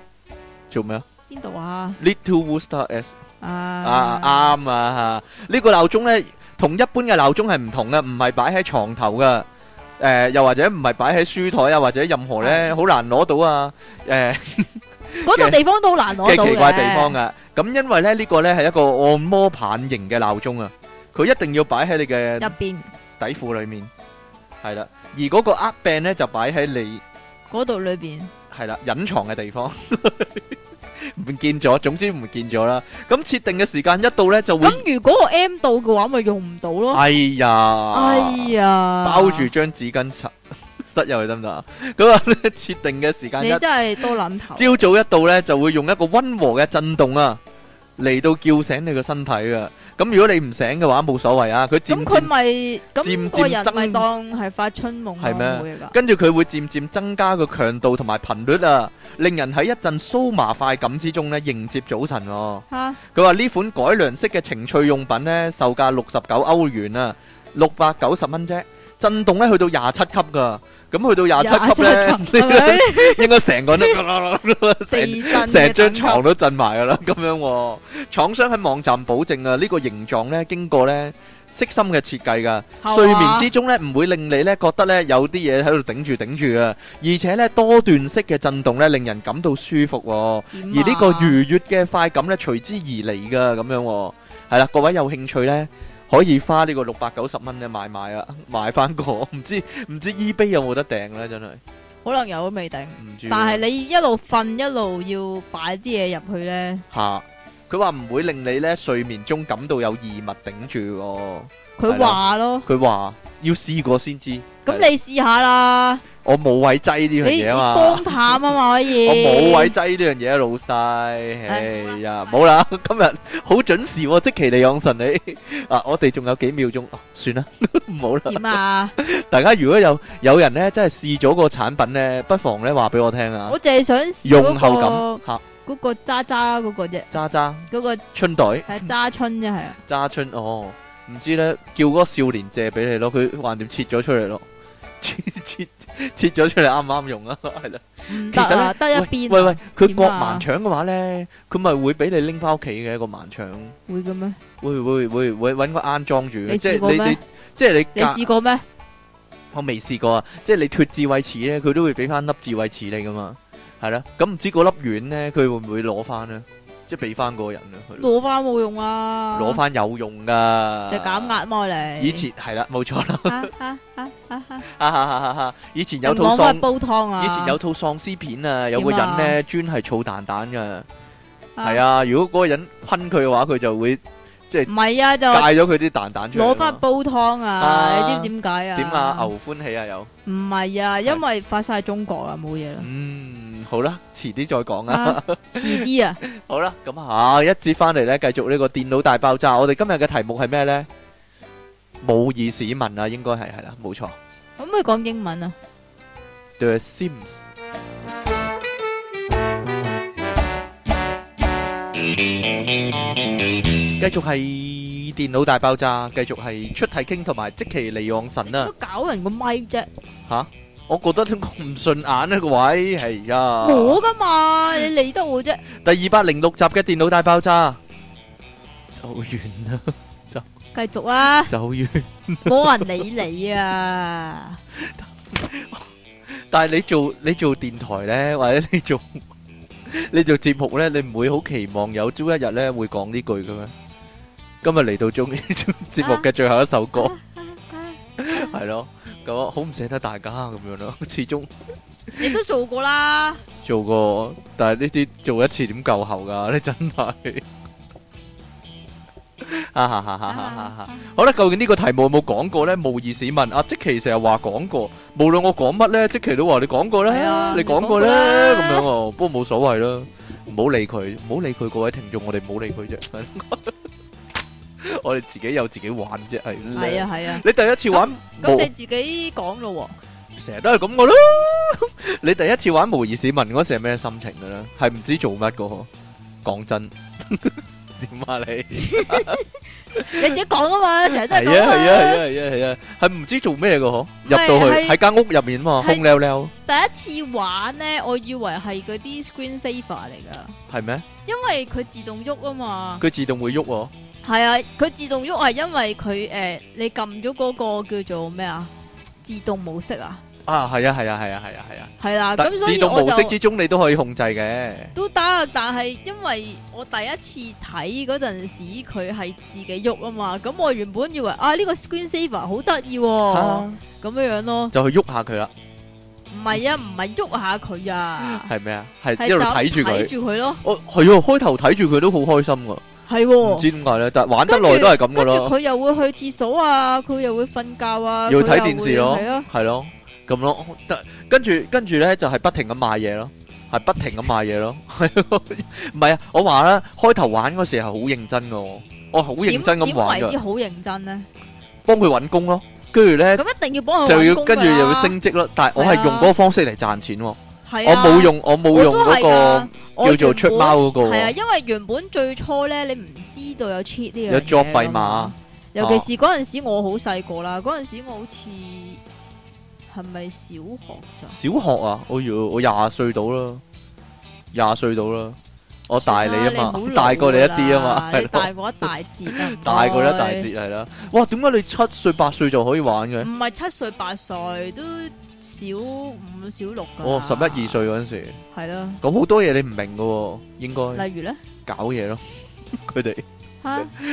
做咩啊邊度啊？ ？Little Wooster S 啊啊啱啊！呢個鬧鐘咧同一般嘅鬧鐘係唔同嘅，唔係擺喺床頭噶。誒，又或者唔係擺喺書台啊，或者任何咧好難攞到啊。誒嗰度地方都好難攞到嘅奇怪地方嘅，啊。咁因為咧呢個咧係一個按摩棒型嘅鬧鐘啊，佢一定要擺喺你嘅入邊底褲裏面，係啦。而嗰個握柄咧就擺喺你。嗰度裏邊。係啦，隱藏嘅地方 唔見咗，總之唔見咗啦。咁設定嘅時間一到呢，就會，咁如果我 M 到嘅話，咪用唔到咯。哎呀，哎呀，包住張紙巾塞 塞入去得唔得啊？咁啊，呢設定嘅時間你一真係多諗頭。朝早一到呢，就會用一個温和嘅震動啊，嚟到叫醒你個身體噶。咁如果你唔醒嘅話，冇所謂啊，佢漸咁佢漸咪漸漸咁個人咪增當係發春夢啊咯，係咩冇嘢噶。跟住佢會漸漸增加個強度同埋頻率啊，令人喺一陣酥麻快感之中呢，迎接早晨喎。 吓，佢話呢款改良式嘅情趣用品呢，售價六十九歐元啊，六百九十蚊啫，震動呢去到廿七級噶。咁去到廿七級咧， 27級係咪應該成 個人都成地震成張床床都震埋噶啦，咁樣喎。廠商喺網站保證啊，呢個形狀咧經過咧悉心嘅設計噶。啊睡眠之中咧唔會令你咧覺得咧有啲嘢喺度頂住頂住啊，而且咧多段式嘅震動咧令人感到舒服喎。之而呢個愉悅嘅快感咧隨之而嚟噶，咁樣喎。係啦，各位有興趣咧，可以花呢個六百九十蚊咧買買啊， 買翻個，唔知唔知 eBay 有冇得訂咧，真係可能有都未定，唔知喎。但係你一路瞓一路要擺啲嘢入去咧，吓，佢話唔會令你咧睡眠中感到有異物頂住佢話咯，喎，佢話要試過先知。咁係啦你試下啦，我冇位擠呢樣你嘢啊嘛。光淡啊嘛可以， 我冇位擠呢樣嘢啊，老細。哎呀，冇啦，今日好準時喎，即其利養神你啊！我哋仲有幾秒鐘，啊算啦， 唔好啦。 點啊？大家如果有有人咧，真係試咗個產品咧，不妨咧話俾我聽啊我。淨係想試用後嗰感嚇，個嗰個渣渣嗰個啫，渣渣嗰個春袋係渣春啫係啊，渣春哦，唔知咧，叫嗰個少年借俾你咯，佢橫掂切咗出嚟咯， 切切切咗出嚟啱唔啱用啊？ 係啦。唔其得實呢啊，得一邊喂喂，佢割點啊盲腸嘅話咧，佢咪會俾你拎翻屋企嘅一個盲腸，會嘅咩？會會會會揾個啱裝住嘅，你即試過係你咩你即係你你隔試過咩？我未試過啊，即係你脱智慧齒咧，佢都會俾翻粒智慧齒你噶嘛，係啦，咁唔知嗰粒丸咧，佢會唔會攞翻咧？即係俾翻嗰個人啊，係咯攞翻冇用啊，攞翻有用噶，就減。壓嘛你。以前係啦，冇錯啦， 啊啊啊啊啊！哈哈哈哈哈！以前有有套冇喪乜，煲湯啊？以前有套喪屍片啊，有個點人啊咧專係儲蛋蛋噶。系，啊，如果嗰個人坤佢嘅話，佢就會唔係啊，就戒咗佢啲蛋蛋出嚟。攞翻煲湯啊！啊你知唔知點解啊？點啊？牛歡喜啊有。唔係啊，因為發晒中國啦，冇嘢 啦。嗯，好啦，遲啲再講啊。啊遲啲啊，好啦，咁下一節翻嚟咧，繼續呢個電腦大爆炸。我哋今日嘅題目係咩咧？模擬市民啊，應該係係啦，冇錯。可唔可以講英文啊？ The Sims。繼續係電腦大爆炸，繼續係出體傾同埋即其利昂神啦、都搞人個咪啫，我覺得唔順眼啊個位係呀。我噶嘛，你理得我啫？ 第二百零六集嘅電腦大爆炸就完啦，繼續啊，就完。冇人理你啊！ 但係你做你做電台咧， 或者你做你做節目咧，你唔會好期望有朝一日咧會講呢句嘅咩？今日嚟到中 節目嘅最後一首歌，係咯，咁好唔捨得大家咁樣咯。 始終你都做過啦，做過，但係呢啲做一次點夠喉㗎？你真係，哈哈哈哈哈哈哈！好啦，究竟呢個題目有冇講過呢？模擬市民啊，即其成日話講過，無論我講乜呢，即其都話你講過係啦啊，你講過你講過啦，啦咁樣哦。不過冇所謂啦，唔好理佢，唔好理佢，各位聽眾，我哋唔好理佢啫。 我哋自己有自己玩啫，係。係啊。係啊，你第一次玩咁模你，自己講咯成日都係咁噶啦。 你第一次玩模擬市民嗰時係咩心情噶啦？係唔知做乜噶嗬？講真， 點啊你？喎，你自己講啊嘛，成日 都係 係啊係講啊係啊係啊係啊，係唔知做咩嘅嗬？入到去係喺間屋入面嘛，係空溜溜，第一次玩咧，我以為係嗰啲 screen saver 嚟噶，係咩？因為佢自動喐啊嘛。佢自動會喐喎，係啊，佢自動喐係因為佢诶、你撳咗嗰個叫做咩啊？自動模式啊，啊係啊係啊係啊係啊係啊，係啦、但咁所自以動我模式就之中你都可以控制嘅，都得，但係因為我第一次睇嗰陣時，佢係自己喐啊嘛，咁我原本以為啊呢、個 screen saver 好得意喎，啊咁樣樣咯，就去喐下佢啦，唔係啊，唔係喐下佢啊，係咩啊？係係一路就睇住睇佢，住佢咯，哦係喎，開頭睇住佢都好開心噶，係唔喎。知點解咧，但係玩得哦跟耐住都係咁噶跟住咯，佢又會去廁所啊，佢又會瞓覺啊，要佢睇又電視會咯係啊，，係咯，咁咯，得跟住跟住咧就係不停咁買嘢咯。係不停咁買嘢咯， 係咯唔係啊？我話啦，開頭玩嗰時係好認真噶，我好認真咁點玩點噶為之。好認真咧？幫佢揾工咯，跟住咧咁一定要幫佢就搵要工跟住㗎啦又要，升職咯。但係我係係啊用嗰個方式嚟賺錢喎，係我啊冇用我冇我用都係嗰㗎個叫做出貓。嗰個我原本係啊，喎，因為原本最初咧，你唔知道有 cheat 呢樣嘢㗎嘛有作弊碼，尤其是嗰陣時我好細個啦，嗰陣時我好似係咪小學咋？小學啊，我要我廿歲到啦，廿歲到啦，我大你啊啊嘛唔好，老大過你一啲啊啦嘛，你係咯，大過一大截啊，唔該大過你一大截係啦。哇，點解你七歲八歲就可以玩嘅？唔係七歲八歲都小五小六噶。我哦十一二歲嗰陣時，係咯，咁好多嘢你唔明嘅，應該例如咧搞嘢 咯。佢哋 吓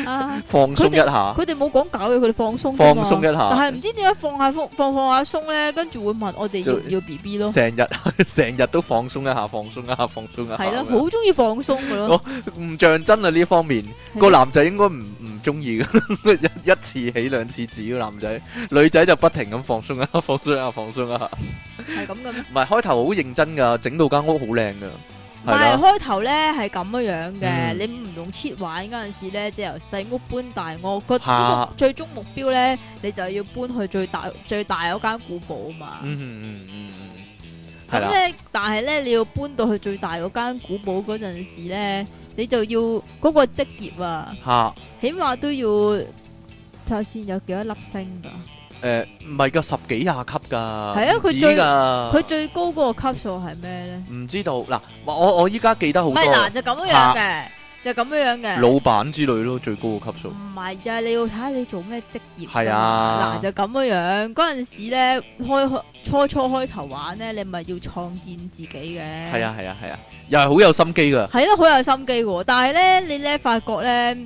啊，放鬆一下，佢哋冇講搞嘢，佢哋放鬆放鬆鬆啊一但下，係唔知點解放下放放放下鬆咧，跟住會問我哋要唔就要 B B 咯，成日 成日都放鬆一下，放鬆一下，放鬆一下。係咯，咁樣好中意放鬆噶咯。唔像真啊呢方面，係哦個男仔應該唔唔中意嘅，一 一次起兩次止個男仔，女仔就不停咁放鬆啊，放鬆啊，放鬆啊，係咁嘅咩？唔係開頭好認真噶，整到間屋好靚噶，唔係係啦，開頭咧係咁樣樣嘅，嗯你唔用切玩嗰陣時咧，即係由細屋搬大屋，個嚇呢個最終目標咧，你就要搬去最大最大嗰間古堡啊嘛。嗯嗯嗯嗯嗯，係咁啦，咧，但係咧，你要搬到去最大嗰間古堡嗰陣時咧，你就要嗰個職業啊，嚇，起碼都要睇下先有幾多粒星啊㗎。誒唔係㗎，十幾廿級㗎，係啊啊佢最㗎，佢最高嗰個級數係咩咧？唔知道嗱，我我依家記得好唔多啊係嗱，就咁樣樣嘅，就咁樣樣嘅。老闆之類咯，最高嘅級數，唔係啊，你要睇下你做咩職業㗎嘛。係啊嗱就咁樣樣。嗰陣時咧，開初初開頭玩咧，你咪要創建自己嘅。係啊係啊係啊，又係好有心機㗎，係咯，好有心機喎。但係咧，你咧發覺咧，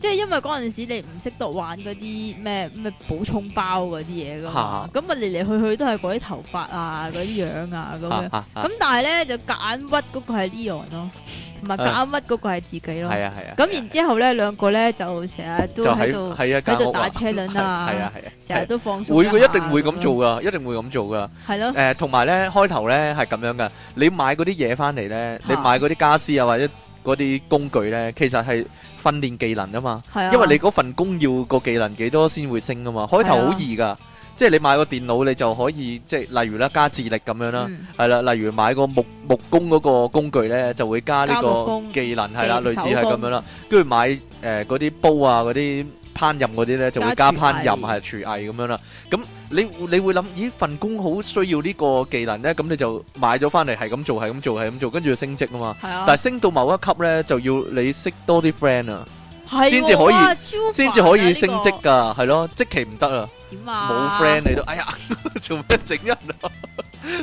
即係因為嗰陣時你唔識得玩嗰啲咩咩補充包嗰啲嘢噶嘛，咁啊嚟嚟去去都係嗰啲頭髮啊、嗰啲樣啊咁樣。嚇嚇咁但係咧就夾硬屈嗰個係 Leon 咯，同埋夾硬屈嗰個係自己咯。係啊係啊，咁然之後咧，兩個咧就成日都就喺度喺一喺間度屋打啊。車輪係啊啊，係啊，成日都放鬆。會嘅一定會咁做。噶，一定會咁 做噶。係咯，誒，同埋咧開頭咧係咁樣噶，你買嗰啲嘢翻嚟咧，你買嗰啲家私啊或者嗰啲工具咧，其實係訓練技能啊嘛。係啊。因為你嗰份工要個技能幾多先會升啊嘛。開頭好易噶，即係你買個電腦你就可以，即係例如啦加智力咁樣啦，嗯係啦，例如買個木木工嗰個工具咧就會加呢加木個工技能係啦，技類似係手咁樣工啦。跟住買誒嗰啲煲啊嗰啲。烹飪嗰啲咧就會加加烹飪廚藝係廚藝咁樣啦。咁你你會諗，咦份工好需要呢個技能咧，咁你就買咗翻嚟係咁做，係咁做，係咁做，跟住就升職啊嘛。係啊但，係升到某一級咧，就要你識多啲 friend 啊，係先至可以喎哇超先至可煩啊以升呢個職㗎，係咯，即期唔得啊，點啊？冇 friend 你都，哎呀， 做咩整人啊？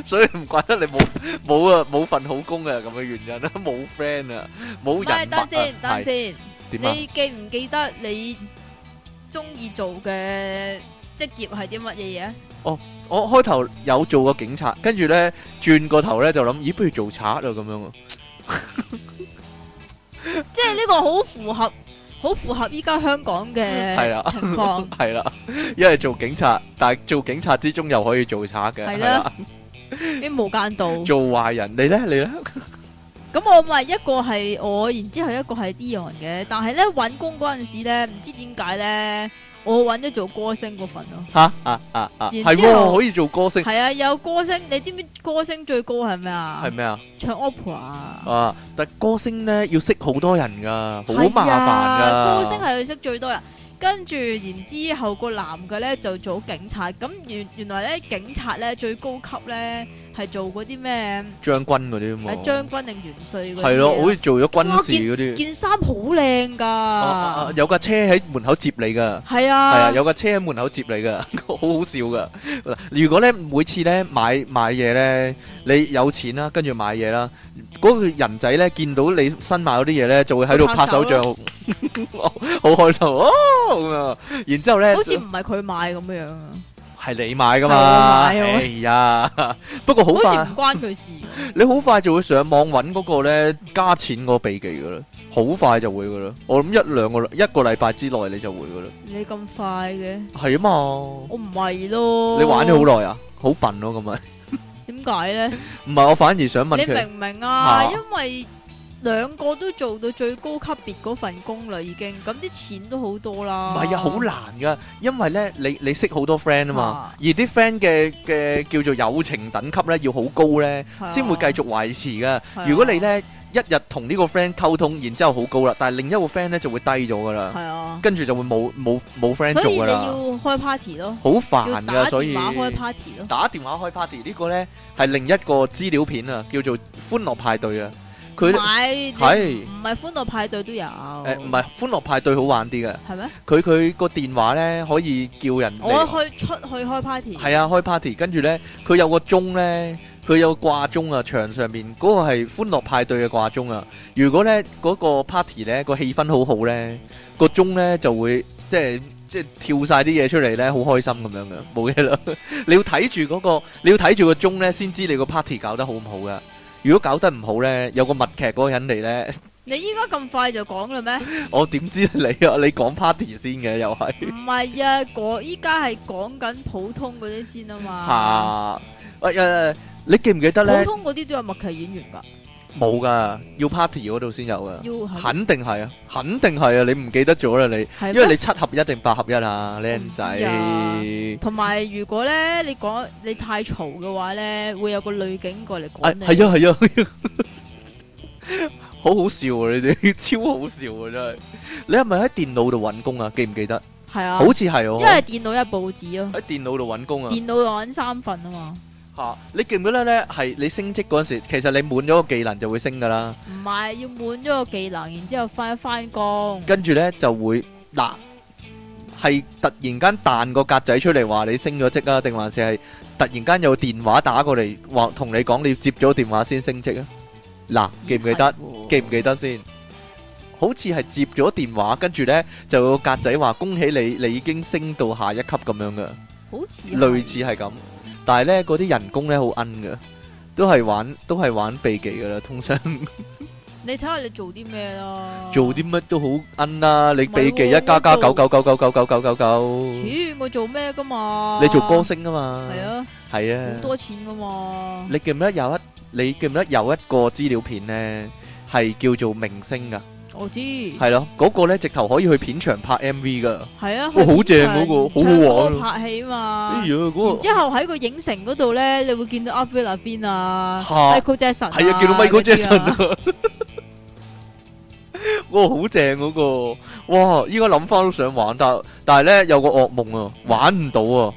所以唔怪得你冇冇啊冇份好工啊 咁嘅原因啦，冇 friend 啊，冇唔人脈係，啊等先，等係先。點啊？你記唔記得你中意做嘅職業係啲乜嘢嘢？啊我開頭有做過警察，跟住咧轉個頭咧就諗，咦，不如做賊啦咁樣啊，嗯即係呢個好符合，好符合依家香港係啊嘅啦， 情況。係啦，一係做警察，但係做警察之中又可以做賊嘅，係係啦啦，啲無間道。做壞人，你咧，你咧，咁我咪一個係我，然之後一個係 Dion 嘅。但係咧揾工嗰陣時咧，唔知點解咧，我揾咗做歌星嗰份咯。吓啊啊啊，然係之後喎，可以做歌星，係啊，有歌星，你知唔知歌星最高係咩啊？係咩啊？唱 opera。啊，但係歌星咧要識好多人噶，好係麻煩啊噶，歌星係佢識最多人，跟住然之後個男嘅咧就做警察，咁原原來咧警察咧最高級咧係做嗰啲咩將軍嗰啲啊嘛誒，將軍定元帥嗰啲嘢啊，係咯，好似做咗軍事嗰啲，件衫好靚啊啊啊噶，有架車喺門口接你噶。係係啊啊，，有架車喺門口接你噶， 好好笑噶。嗱如果咧每次咧買買嘢咧，你有錢啦，跟住買嘢啦，嗰、個人仔咧見到你新買嗰啲嘢咧，就會喺度拍啊拍手掌， 好開心哦咁啊！然之後咧，好似唔係佢買咁樣啊，係你買噶嘛？係我買啊哎呀，不過好好快似唔，關佢事。你好快就會上網揾嗰個咧加錢嗰個秘技噶啦，好快就會噶啦。我諗一兩個一個禮拜之內你就會噶啦，你咁快嘅，係啊嘛。我唔係咯。你玩咗好耐啊？好笨咯咁咪，點解咧？唔係我反而想問你佢，明唔明啊？嚇因為兩個都做到最高級別嗰份工啦，已經咁啲錢都好多唔啦。係啊，好難噶，因為咧你你識好多 friend 啊嘛啊，而啲 friend 嘅嘅叫做友情等級咧要好高咧，係啊先會繼續維持噶。係啊如果你咧一一日同呢個 friend 溝通，然之後好高啦，但係另一個 friend 咧就會低咗噶啦，係啊，跟住就會冇冇冇 friend 所以做你噶啦，要開 party 咯，好要煩打噶，所以電話開 party 咯，打電話開 party 呢個呢係另一個資料片啊，叫做《歡樂派對》啊。佢買你係唔係歡樂派對都有？誒誒唔係歡樂派對好玩啲嘅，係咩？佢佢個電話呢可以叫人我嚟，去出去開 party，係啊開 party，跟住呢，佢有個鐘呢，佢有個掛鐘啊，牆上面嗰、個係歡樂派對嘅掛鐘啊。如果呢嗰、個 party 呢個氣氛好好呢，個鐘呢就會即係。即係跳晒啲嘢出嚟呢，好開心咁樣嘅，冇嘢啦。 你要睇住嗰個，你要睇住個鐘呢，先知你個 party 搞得好唔好噶。如果搞得唔好呢，有個默劇嗰個人嚟呢， 你依家咁快就講啦咩？我點知你啊？你講 party 先嘅又係。唔係啊，嗰依家係講緊普通嗰啲先啊嘛，吓！喂誒，你記唔記得普咧？通嗰啲都有默劇演員㗎，冇噶，要 party 嗰度先有噶，要係肯定係啊，肯定係啊！你唔記得咗啦你，係因為咩你七合一定八合一啊，靚我唔仔知啊同埋如果咧你講你太嘈嘅話咧，會有個女警過嚟哎趕你。係啊 係啊，好好笑啊！你哋 超好笑啊！真係，你係咪喺電腦度揾工啊？記唔記得？係啊，好似係因我為電腦有報紙啊，喺電腦度揾工啊！電腦攞三份啊嘛，嚇，你記唔記得咧？係你升職嗰陣時，其實你滿咗個技能就會升噶啦。唔係要滿咗個技能，然之後翻一翻工，跟住呢就會嗱，係突然間彈個格仔出嚟話你升咗職啊，定還是係突然間有電話打過嚟話同你講你接咗電話先升職啊？嗱，記唔記得？咦？記唔記得先？好似係接咗電話，跟住呢就有個格仔話恭喜你，你已經升到下一級咁樣嘅，好似係類似係咁。但係呢嗰啲人工呢好奀嘅，都係玩都係玩秘技噶啦，通常。你睇下你做啲咩啦？做啲乜都好奀啦，你秘技唔係一喎加加九我九九九九九九九九，咦？我做咩噶嘛？你做歌星啊嘛，係，啊，係好啊，多錢噶嘛？你記唔記得有一你記唔記得有一個資料片咧係叫做明星噶，我知係係咯，嗰個咧直頭可以去片場拍 MV 噶，啊，哇好正去嗰個片好場好玩唱歌拍戲啊嘛哎。呀嗰然個之後喺個影城嗰度咧，你會見到 Avril Lavigne 啊嚇，Michael Jackson 係啊，見到 Michael 嗰啲 Jackson 啊，啊，哇好正嗰個，哇依家諗翻都想玩，但但係咧有個噩夢啊，玩唔到啊，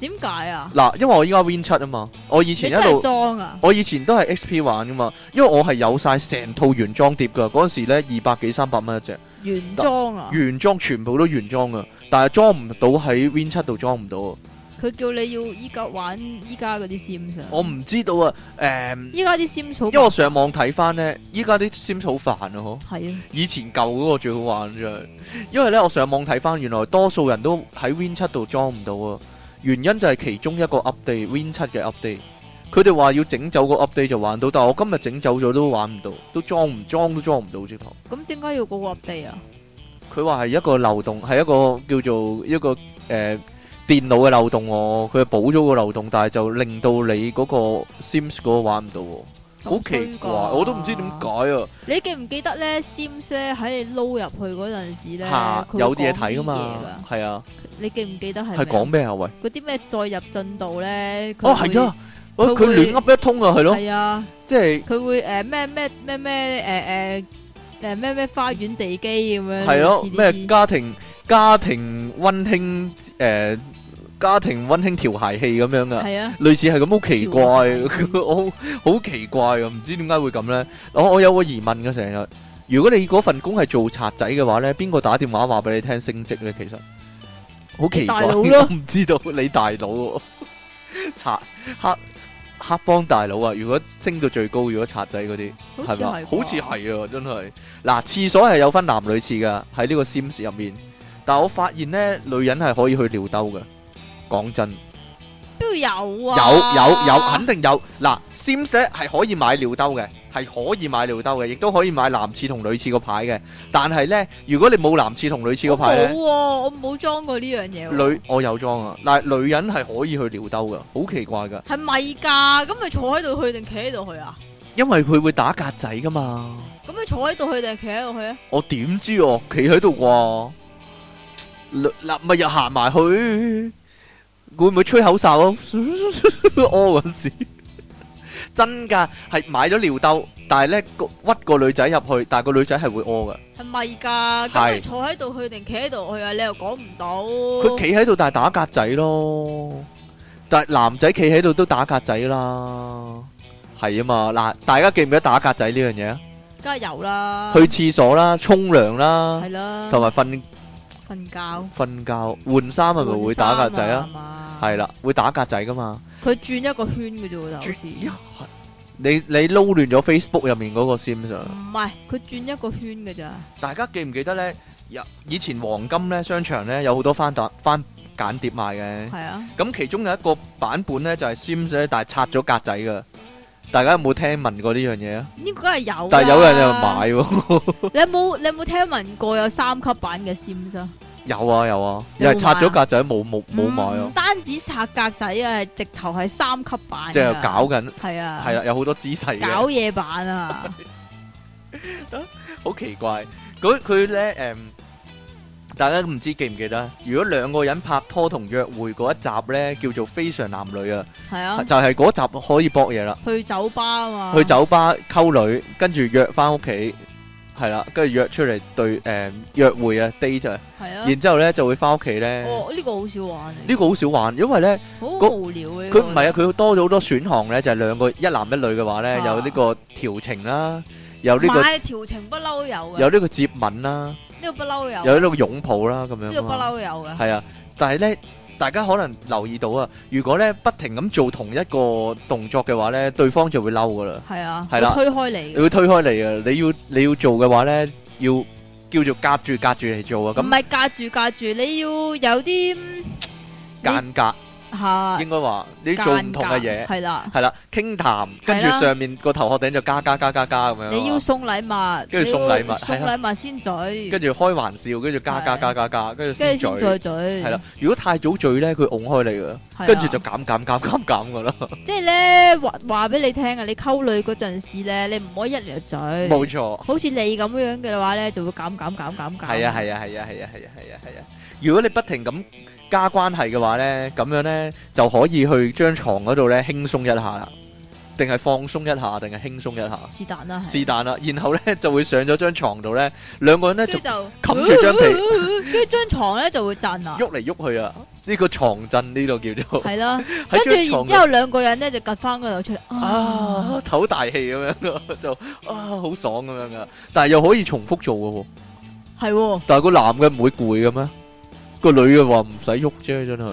點解啊？嗱，因為我依家 Win 七啊嘛，我以你前真一路係。裝啊？我以前都係 XP 玩噶嘛，因為我係有晒成套原裝碟噶，嗰陣時咧二百幾三百蚊一隻，原裝啊？原裝全部都原裝噶，但係裝唔到喺 Win 七度裝唔到啊，佢叫你要依家玩依家嗰啲 Sims 啊？我唔知道啊，誒、依家啲 Sims 好因為我上網睇翻呢，依家啲 Sim 好煩啊，嗬，係啊，以前舊嗰個最好玩真係，因為呢，我上網睇翻，原來多數人都喺 Win 七度裝唔到啊，原因就係其中一個 update Win 七嘅 update。佢哋話要整走個 update 就玩到，但係我今日整走咗都玩唔到，都裝唔裝都裝唔到直頭。咁點解要嗰個 update 啊？佢話係一個漏洞，係一個叫做一個誒、呃、電腦嘅漏洞喎、佢補咗個漏洞，但係就令到你嗰個 Sims 嗰個玩唔到喎、咁好奇衰怪，㗎我都唔知點解啊！你記唔記得咧？Sims 咧喺你撈入去嗰陣時咧，嚇佢會有啲嘢講睇噶嘢嘛㗎，係啊，你記唔記得係係講咩啊？喂，嗰啲咩再入進度咧？佢哦會係啊，喂佢佢會亂噏一通啊，係咯，係啊，即係佢會誒咩咩咩咩誒誒誒咩咩花園地基咁樣，係咯咯咩家庭家庭温馨誒、呃家庭温馨調諧器咁樣噶。係啊，類似係咁，好奇怪，潮我 好好奇怪啊！唔知點解會咁呢？我我有個疑問嘅成日，如果你嗰份工係做賊仔嘅話呢，邊個打電話話俾你聽升職呢？其實好奇你怪，大佬咯 我唔知道你大佬 喎，賊黑黑幫大佬啊！如果升到最高，如果賊仔嗰啲好似係嘛，係好似啩係啊，真係嗱，廁所係有分男女廁噶，喺呢個 Sims 入面，但我發現呢，女人係可以去尿兜嘅，講真。邊度有有有啊？有，肯定有。嗱，Sims 咧係可以買尿兜嘅，係可以買尿兜嘅，亦都可以買男廁同女廁個牌嘅。但係咧，如果你冇男廁同女廁個牌我冇咧，喎，我冇裝過呢樣嘢喎。女我有裝啊。但係女人係可以去尿兜嘅，好奇怪噶，係咪㗎？咁咪坐喺度去定企喺度去啊？因為佢會打格仔噶嘛。咁咪坐喺度去定企喺度去啊？我點知我企喺度啩？女嗱咪又行埋去，會唔會吹口 哨啊？屙嗰時真㗎，係買咗尿兜，但係咧個屈個女仔入去，但係個女仔係會屙噶。系咪噶？咁係你坐喺度去定企喺度去啊？你又講唔到。佢企喺度，但係打格仔咯。但係男仔企喺度都打格仔啦，係啊嘛。嗱，大家記唔記得打格仔呢樣嘢啊？梗係有啦，去廁所啦、沖涼啦係，啦，同埋瞓瞓覺瞓覺、換衫係咪會打格仔啊？？係啦，啦，會打格仔噶嘛。佢轉一個圈嘅啫喎，就好似你-你撈亂咗Facebook入面嗰個Sims啊。唔係佢轉一個圈嘅咋。大家記唔記得呢，有-以前黃金呢，商場呢，有好多番打-番簡碟賣嘅。係啊，咁其中有一個版本呢，就係Sims呢，但係拆咗格仔㗎。大家有冇聽聞過呢樣嘢啊？呢個梗係有。但係有人有人買。你有冇你有冇聽聞過有三級版嘅 Sims 啊？喎。有啊，有啊。有有冇買啊？人拆咗格仔，冇-冇-冇買啊。唔單止拆格仔啊，係直頭係三級版㗎。即係搞緊，嗯係啊，係啦，有好多姿勢嘅。搞嘢 版啊，好奇怪。佢佢咧誒，大家唔知記唔記得？如果兩個人拍拖同約會嗰一集咧，叫做《非常男女》啊，係啊，就係嗰集可以搏嘢啦，去酒吧啊嘛， 去酒吧溝女，跟住約翻屋企。係啦，跟住約出嚟對誒、約會啊 date 啊，係啊，然之後咧就會翻屋企咧。呢、哦呢個好少玩嚟，個好少玩，因為咧好個無聊嘅。佢唔係啊，佢多咗好多選項咧，就係、兩個一男一女嘅話咧，啊有呢個調情啦，有呢、個買調情不嬲有嘅，有呢個接吻啦，呢個不嬲有，有呢呢個擁抱啦咁樣個啊不嘛。嬲有嘅，係啊，但係咧，大家可能留意到啊，如果咧不停咁做同一個動作嘅話咧，對方就會嬲噶啦，係啊，係啦會推開你你嘅，會推開你啊，你要你要做嘅話咧，要叫做隔住隔住嚟做啊，唔咁係隔住隔住，你要有啲嗯間隔嚇應該話你做唔同嘅間嘢隔，係啦，係啦，傾談，跟住係啦上面個頭殼頂就加加加加加咁樣啊嘛，你要送禮物，跟住送禮物你要送係啊禮物先嘴，跟住開玩笑，跟住加加係加加加，跟住先跟住先嘴再，嘴，係係啦，，如果太早嘴咧，佢拱開你噶，跟住就減減減減減噶啦，即係咧話話俾你聽啊，你溝女嗰陣時咧，你唔可以一嚟就嘴，冇錯。好似你咁樣嘅話咧，就會減減減減減，係啊係啊係啊係啊係啊係啊係啊！如果你不停咁加關係嘅話咧，咁樣咧就可以去張床嗰度咧輕鬆一下啦，定係放鬆一下，定係輕鬆一下，是但啦，係是但啦。然後咧就會上咗張床度咧，兩個人咧跟就住就冚住張被被， 跟住張床咧就會震啦，喐嚟喐去啊！呢個床震呢度叫做係啦，跟住喺然張之後床兩個人咧就趌翻嗰度出嚟度啊，啊唞大氣咁樣咯，就啊好爽咁樣噶，但係又可以重複做嘅喎。係喎，但係個男嘅唔會攰嘅咩？個女嘅話唔使喐啫，真係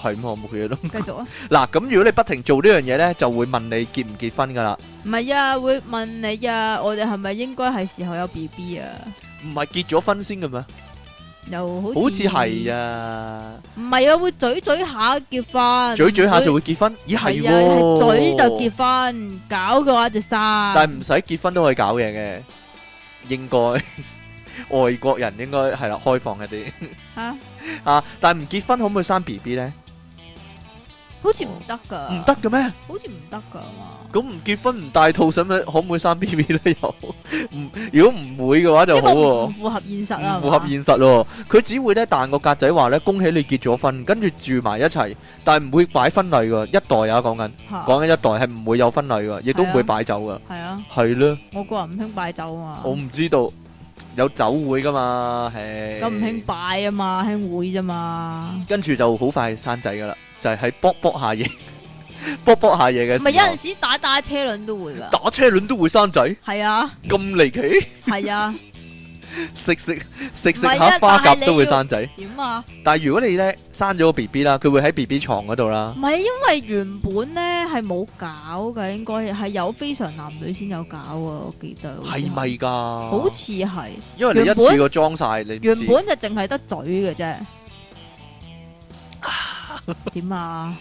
係咁我冇嘢咯。繼續啊，嗱，咁如果你不停做呢樣嘢咧，就會問你結唔結婚噶啦，唔係啊，會問你啊，我哋係咪應該係時候有 B B 啊？唔係結咗婚先嘅咩？又好好似係啊，啊，唔係啊，會嘴嘴下結婚，嘴嘴下就會結婚，咦係係啊，係喎，嘴就結，婚，搞嘅話就生，但係唔使結婚都可以搞嘢嘅，應該 外國人應該係啦，開放一啲嚇啊，但係唔結婚可唔可以生 B B 咧？好似唔得噶，唔得，嘅咩？好似唔得噶嘛。咁唔結婚唔戴套，使唔使可唔可以生 B B 咧？又 唔如果唔會嘅話就呢好個喎唔。符合現實啊，唔符合係嘛現實咯，佢只會咧彈個格仔話咧恭喜你結咗婚，跟住住埋一齊，但係唔會擺婚禮噶，一代啊講緊，嚇講緊一代係唔會有婚禮噶，亦都唔會係啊擺酒噶，係啊，係咯，我個人唔興擺酒啊我嘛，唔知道有酒會噶嘛，唉咁唔興擺啊嘛，興會啫嘛。跟住就好快生仔噶啦，就係喺卜卜下嘢， 卜卜下嘢嘅唔係有時候，陣時打打車輪都會㗎，打車輪都會生仔，係啊咁離奇，係 啊，食食食食唔係下啊花甲但係你都會要生仔，點啊？但係如果你咧生咗個 B B 啦，佢會喺 B B 床嗰度啦唔。係因為原本咧係冇搞嘅，應該係有非常男女先有搞啊，我記得好似係咪㗎？好似係，因為你一次過裝晒，你唔知原本就淨係得嘴嘅 啫。點啊？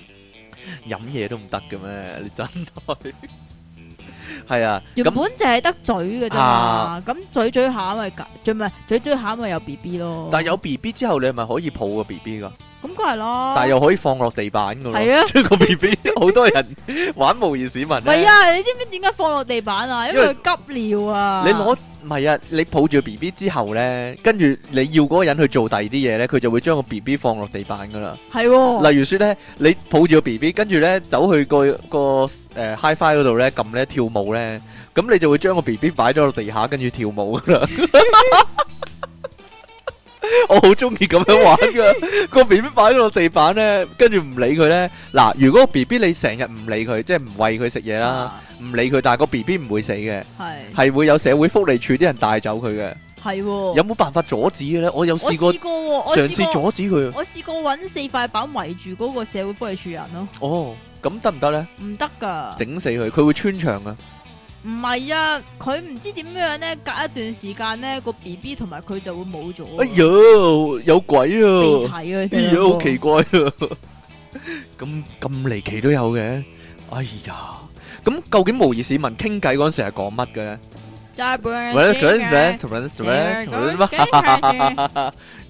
飲嘢都唔得嘅咩？你真係 係啊，原咁本就係得嘴嘅啫嘛啊，咁嘴嘴下咪搞，最咪嘴嘴下咪有 B B 咯。但係有 B B 之後，你係咪可以抱個 B B 㗎？咁梗係啦，但係又可以放落地板㗎哦係咯。 啊即係個 B B 好多人玩模擬市民唔係啊咧，啊！你知唔知點解放落地板啊？因為因為佢急尿啊！你攞唔唔係啊，你抱住 B B 之後咧，跟住你要嗰個人去做第二啲嘢咧，佢就會將個 B B 放落地板噶啦。系喎，例如說咧，你抱住個 B B，跟住咧走去個個誒 HiFi 嗰度咧撳咧跳舞咧，咁你就會將個 B B 擺咗落地下，跟住跳舞噶啦。 我好中意咁樣玩噶，個 B B 擺咗落地板咧，跟住唔理佢咧。嗱，如果個 B B 你成日唔理佢，即係唔喂佢食嘢啦，唔理佢，但係個 B B 唔會死嘅，係，系係會有社會福利處啲人帶走佢嘅。系喎。有冇辦法阻止嘅咧？我有我試過試過喎，我嘗試試過，阻止佢。我試過揾四塊板圍住嗰個社會福利處人咯，哦，咁得唔得咧？唔得噶。整死佢，佢會穿牆噶。唔係啊，佢唔知點樣咧，隔一段時間咧個 B B 同埋佢就會冇咗。哎呀，有鬼地啊！睇啊！哎呀，好奇怪啊！ 咁咁離奇都有嘅。哎呀，咁究竟模擬市民傾偈嗰陣時係講乜嘅咧？怪喂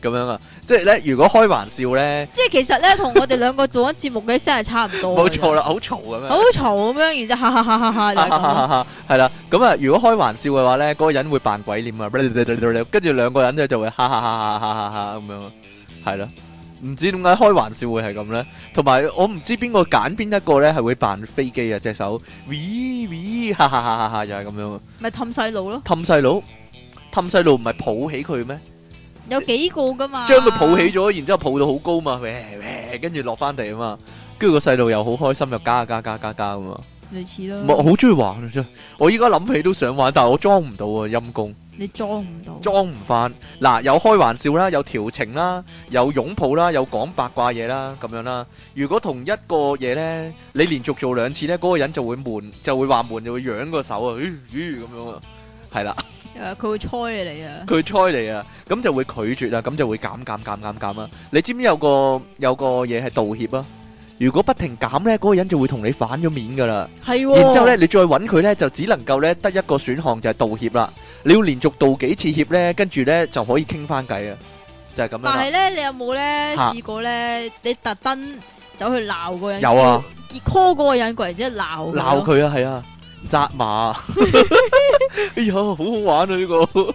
咁樣啊，即係咧，如果開玩笑咧，即係其實咧，同我哋兩個做緊節目嘅聲係差唔冇多。錯啦，，好嘈咁好樣。嘈咁樣，然之後哈哈哈哈哈就係咁咯 係啦，咁啊，如果開玩笑嘅話咧，嗰個人會扮鬼臉啊，跟住兩個人咧就會哈哈哈哈哈哈哈咁樣，係啦，唔知點解開玩笑會係咁咧，同埋我唔知邊個揀邊一個咧係會扮飛機啊隻手，咦咦哈哈哈哈哈又係 咁樣，咪氹細路咯，氹細佬，氹細佬唔係抱起佢咩？有幾個噶嘛？將佢抱起咗，然之後抱到好高嘛，喂喂，跟住落翻地啊嘛，跟住個細路又好開心，又加加加加加咁啊！類似唔係我咯，好中意玩啊！真係，我依家諗起都想玩，但係我裝唔到啊，陰公你裝唔到。裝唔翻。嗱，有開玩笑啦，有調情啦，有擁抱啦，有講八卦嘢啦，咁樣啦。如果同一個嘢呢，你連續做兩次呢，嗰、個人就會悶，就會話悶，就會揚個手啊， 咦咦咁樣啊，係啦，誒佢會猜你啊！佢猜你啊，咁就會拒絕啦，咁就會減減減減減啦。你知唔知有個有個嘢係道歉啊？如果不停減呢，嗰、個人就會同你反咗面噶啦。係喎。然之後咧，你再揾佢咧，就只能夠咧得一個選項就係道歉啦。你要連續道幾次歉咧，跟住咧就可以傾翻偈啊，就係咁樣但係啦。咧，你有冇咧嚇試過咧？你特登走去鬧嗰個人，有啊，結 call 嗰個人過嚟，即係鬧咯鬧。佢啊，係啊，扎馬啊。哎呀，好好玩啊呢個，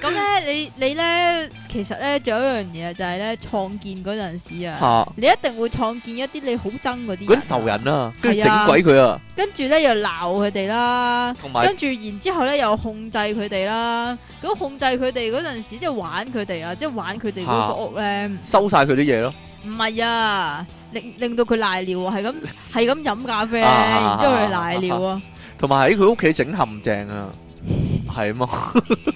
咁咧，你你咧，其實咧，仲有一樣嘢就係咧，創建嗰陣時啊，嚇你一定會創建一啲你好憎嗰啲嗰人啊啲仇，人啊，跟住係啊整鬼佢啊，跟住咧又鬧佢哋啦，同埋跟住然之後咧又控制佢哋啦。咁控制佢哋嗰陣時，即係玩佢哋啊，即係玩佢哋嗰嚇個屋咧，收晒佢啲嘢咯。唔係啊，令令到佢賴尿啊，係咁 係咁飲咖啡，啊啊啊然之後佢賴尿啊，同埋喺佢屋企整陷阱啊，係啊嘛。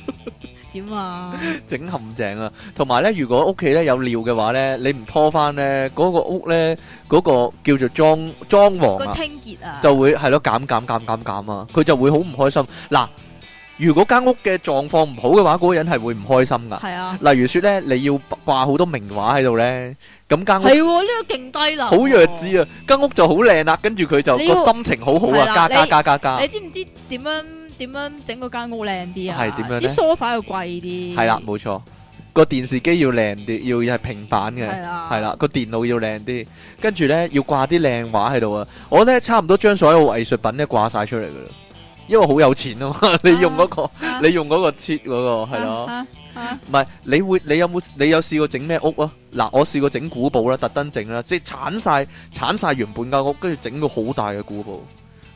點啊？整陷阱啊！同埋咧，如果屋企咧有尿嘅話咧，你唔拖翻咧，嗰、個屋咧嗰、個叫做裝裝潢個啊，清潔啊，就會係咯減減減減減啊，佢就會好唔開心。嗱，如果間屋嘅狀況唔好嘅話，嗰、個人係會唔開心噶。係啊，例如説咧，你要掛好多名畫喺度咧，咁間屋係啊喎，呢個勁低能，好弱智啊！啊，間屋就好靚啦，跟住佢就你要個心情好好係啊，啦加加你加加加你，知唔知點樣點樣整嗰間屋靚啲啊？係點樣呢啲 sofa 要貴啲，係啦，，冇錯。個電視機要靚啲，要係平板嘅。係啊啦，係啦，個電腦要靚啲，跟住呢要掛啲靚畫喺度啊！我呢差唔多將所有藝術品呢掛晒出嚟噶啦，因為好有錢啊嘛！你用嗰、個，啊，你用嗰個切嗰、個係咯，啊，啊啊唔係你會你有冇你有試過整咩屋啊？嗱，我試過整古堡啦，特登整啦，即係剷晒剷晒原本間屋，跟住整個好大嘅古堡，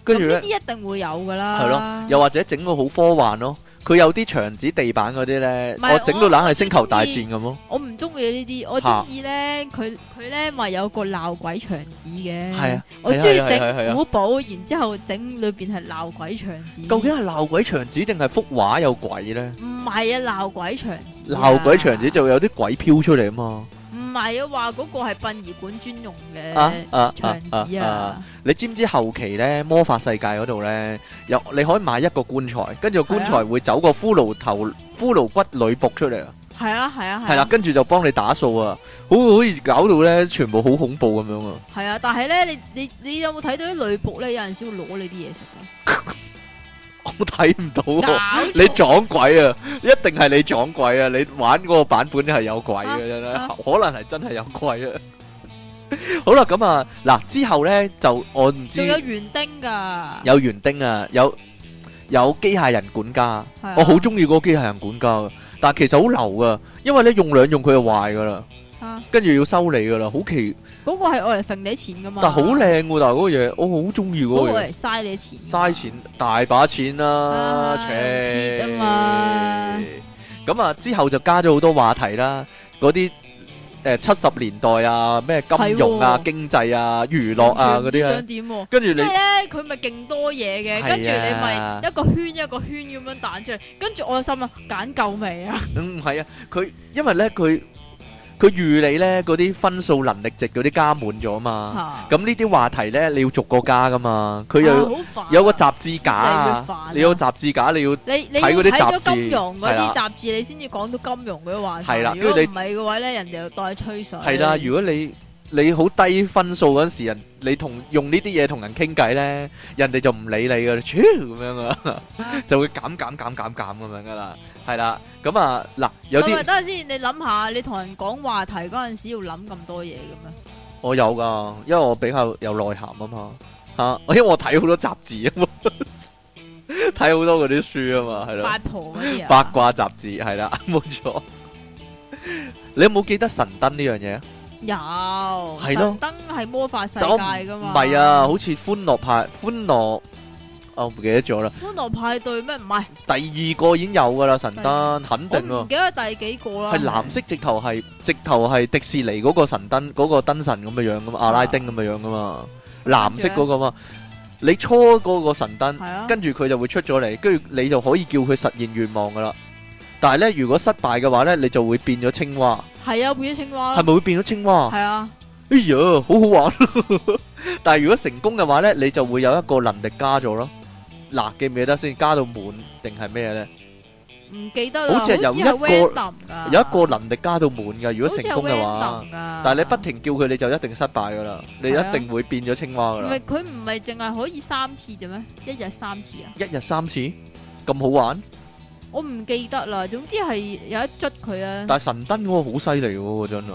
跟住咁呢呢，啲啊一定會有噶啦，係咯，又或者整個好科幻咯。佢有啲牆紙地板嗰啲呢，唔係我整到我冷係星球大我最戰咁咯，我唔中意呢啲，我嚇中意咧佢佢咧咪有個鬧鬼牆紙嘅，係啊，我係啊中意係啊係啊係啊整古堡，然之後整裏邊係鬧鬼牆紙，究竟係鬧鬼牆紙定係幅畫有鬼呢？唔係啊鬧鬼牆紙啊，鬧鬼牆紙就有啲鬼飄出嚟啊嘛！唔係啊話嗰個係殯儀館專用啊嘅啊啊牆啊紙啊！啊，你知唔知後期咧魔法世界嗰度咧有你可以買一個棺材，跟住個棺係材會走個骷髏頭、骷髏骨女僕出嚟啊！係啊係啊係啦，，跟住就幫你打掃啊！好好似搞到咧全部好恐怖咁樣啊！ 係啊，但係咧你你你有冇睇到啲女仆咧有陣時會攞你啲嘢食我睇唔到嘅？搞喎，錯你撞鬼啊！一定係你撞鬼啊！你玩嗰個版本係有鬼嘅真係啊，可能係真係有鬼啊！ 好啦，咁啊嗱之後咧就我唔知仲。有園丁㗎，有園丁啊，有-有機械人管家，係啊我好中意嗰個機械人管家㗎，但係其實好流噶，因為咧用兩用佢就壞噶啦，啊跟住要修理噶啦，好奇，嗰個係我嚟揈你錢噶嘛，但係好靚喎，但係嗰個嘢我好中意嗰嗰個個嘢，嚟嘥你錢，嘥錢大把錢啦，啊切用鐵啊嘛，咁啊之後就加咗好多話題啦，嗰啲誒七十年代啊，咩金融啊、係喎經濟啊、娛樂啊嗰完全唔知啲啊想，點喎？跟住即你係。咧，佢咪勁多嘢係嘅，啊跟住你咪一個圈一個圈咁樣彈出嚟，跟住我心諗揀夠未啊？嗯，係啊，佢因為咧佢佢預你咧嗰啲分數能力值嗰啲加滿咗嘛，咁呢啲話題咧你要逐個加噶嘛，佢啊又好煩啊有個雜誌架越嚟越煩啊啊，你有雜誌架你要你你要睇嗰睇啲雜咗誌金融嗰係啦啲雜誌，你先至講到金融嗰啲話題。係啦如果跟唔住係嘅話咧，人哋又當你吹水。係啦，如果你你好低分數嗰陣時，人你同用呢啲嘢同人傾偈咧，人哋就唔理你噶啦，超咁樣啊，就會減減減減減咁樣噶啦，係啦，咁啊嗱有喂喂啲等下先，你諗下，你同人講話題嗰陣時要諗咁多嘢嘅咩？我有噶，因為我比較有內涵啊嘛，吓、因為我睇好多雜誌啊嘛， 睇好多嗰啲書啊嘛，係咯八，婆嗰啲啊？八卦雜誌係啦， 冇錯。你有冇記得神燈呢樣嘢啊？有係係咯燈係魔法世界但我唔噶唔嘛？係啊，好似歡樂派歡樂，啊我唔記得咗啦。歡樂派對咩？唔係，第二個已經有噶啦，神第燈二肯啊我定唔喎，記得第幾個啦。係藍色直頭係直頭係迪士尼嗰個神燈嗰、個燈神咁嘅樣噶嘛，啊阿拉丁咁嘅樣噶嘛，藍色嗰個嘛，你搓嗰個神燈係，啊，跟住佢就會出咗嚟，跟住你就可以叫佢實現願望噶啦。但係咧，如果失敗嘅話咧，你就會變咗青蛙，係啊，變咗青蛙係咯。咪會變咗青蛙？係啊，哎呀，好好 玩咯！但係如果成功嘅話咧，你就會有一個能力加咗咯。嗱，記唔記得先？加到滿定係咩咧？唔記得啦。好似係有一個係 random 㗎有一個能力加到滿嘅，如果好似成係功嘅話 random，㗎但係你不停叫佢，你就一定失敗噶啦，你係啊一定會變咗青蛙噶唔啦係。佢唔係淨係可以三次啫咩？一日三次啊？一日三次咁好玩，我唔記得啦，總之係有一捽佢啊。但係神燈嗰個好犀利喎，真係。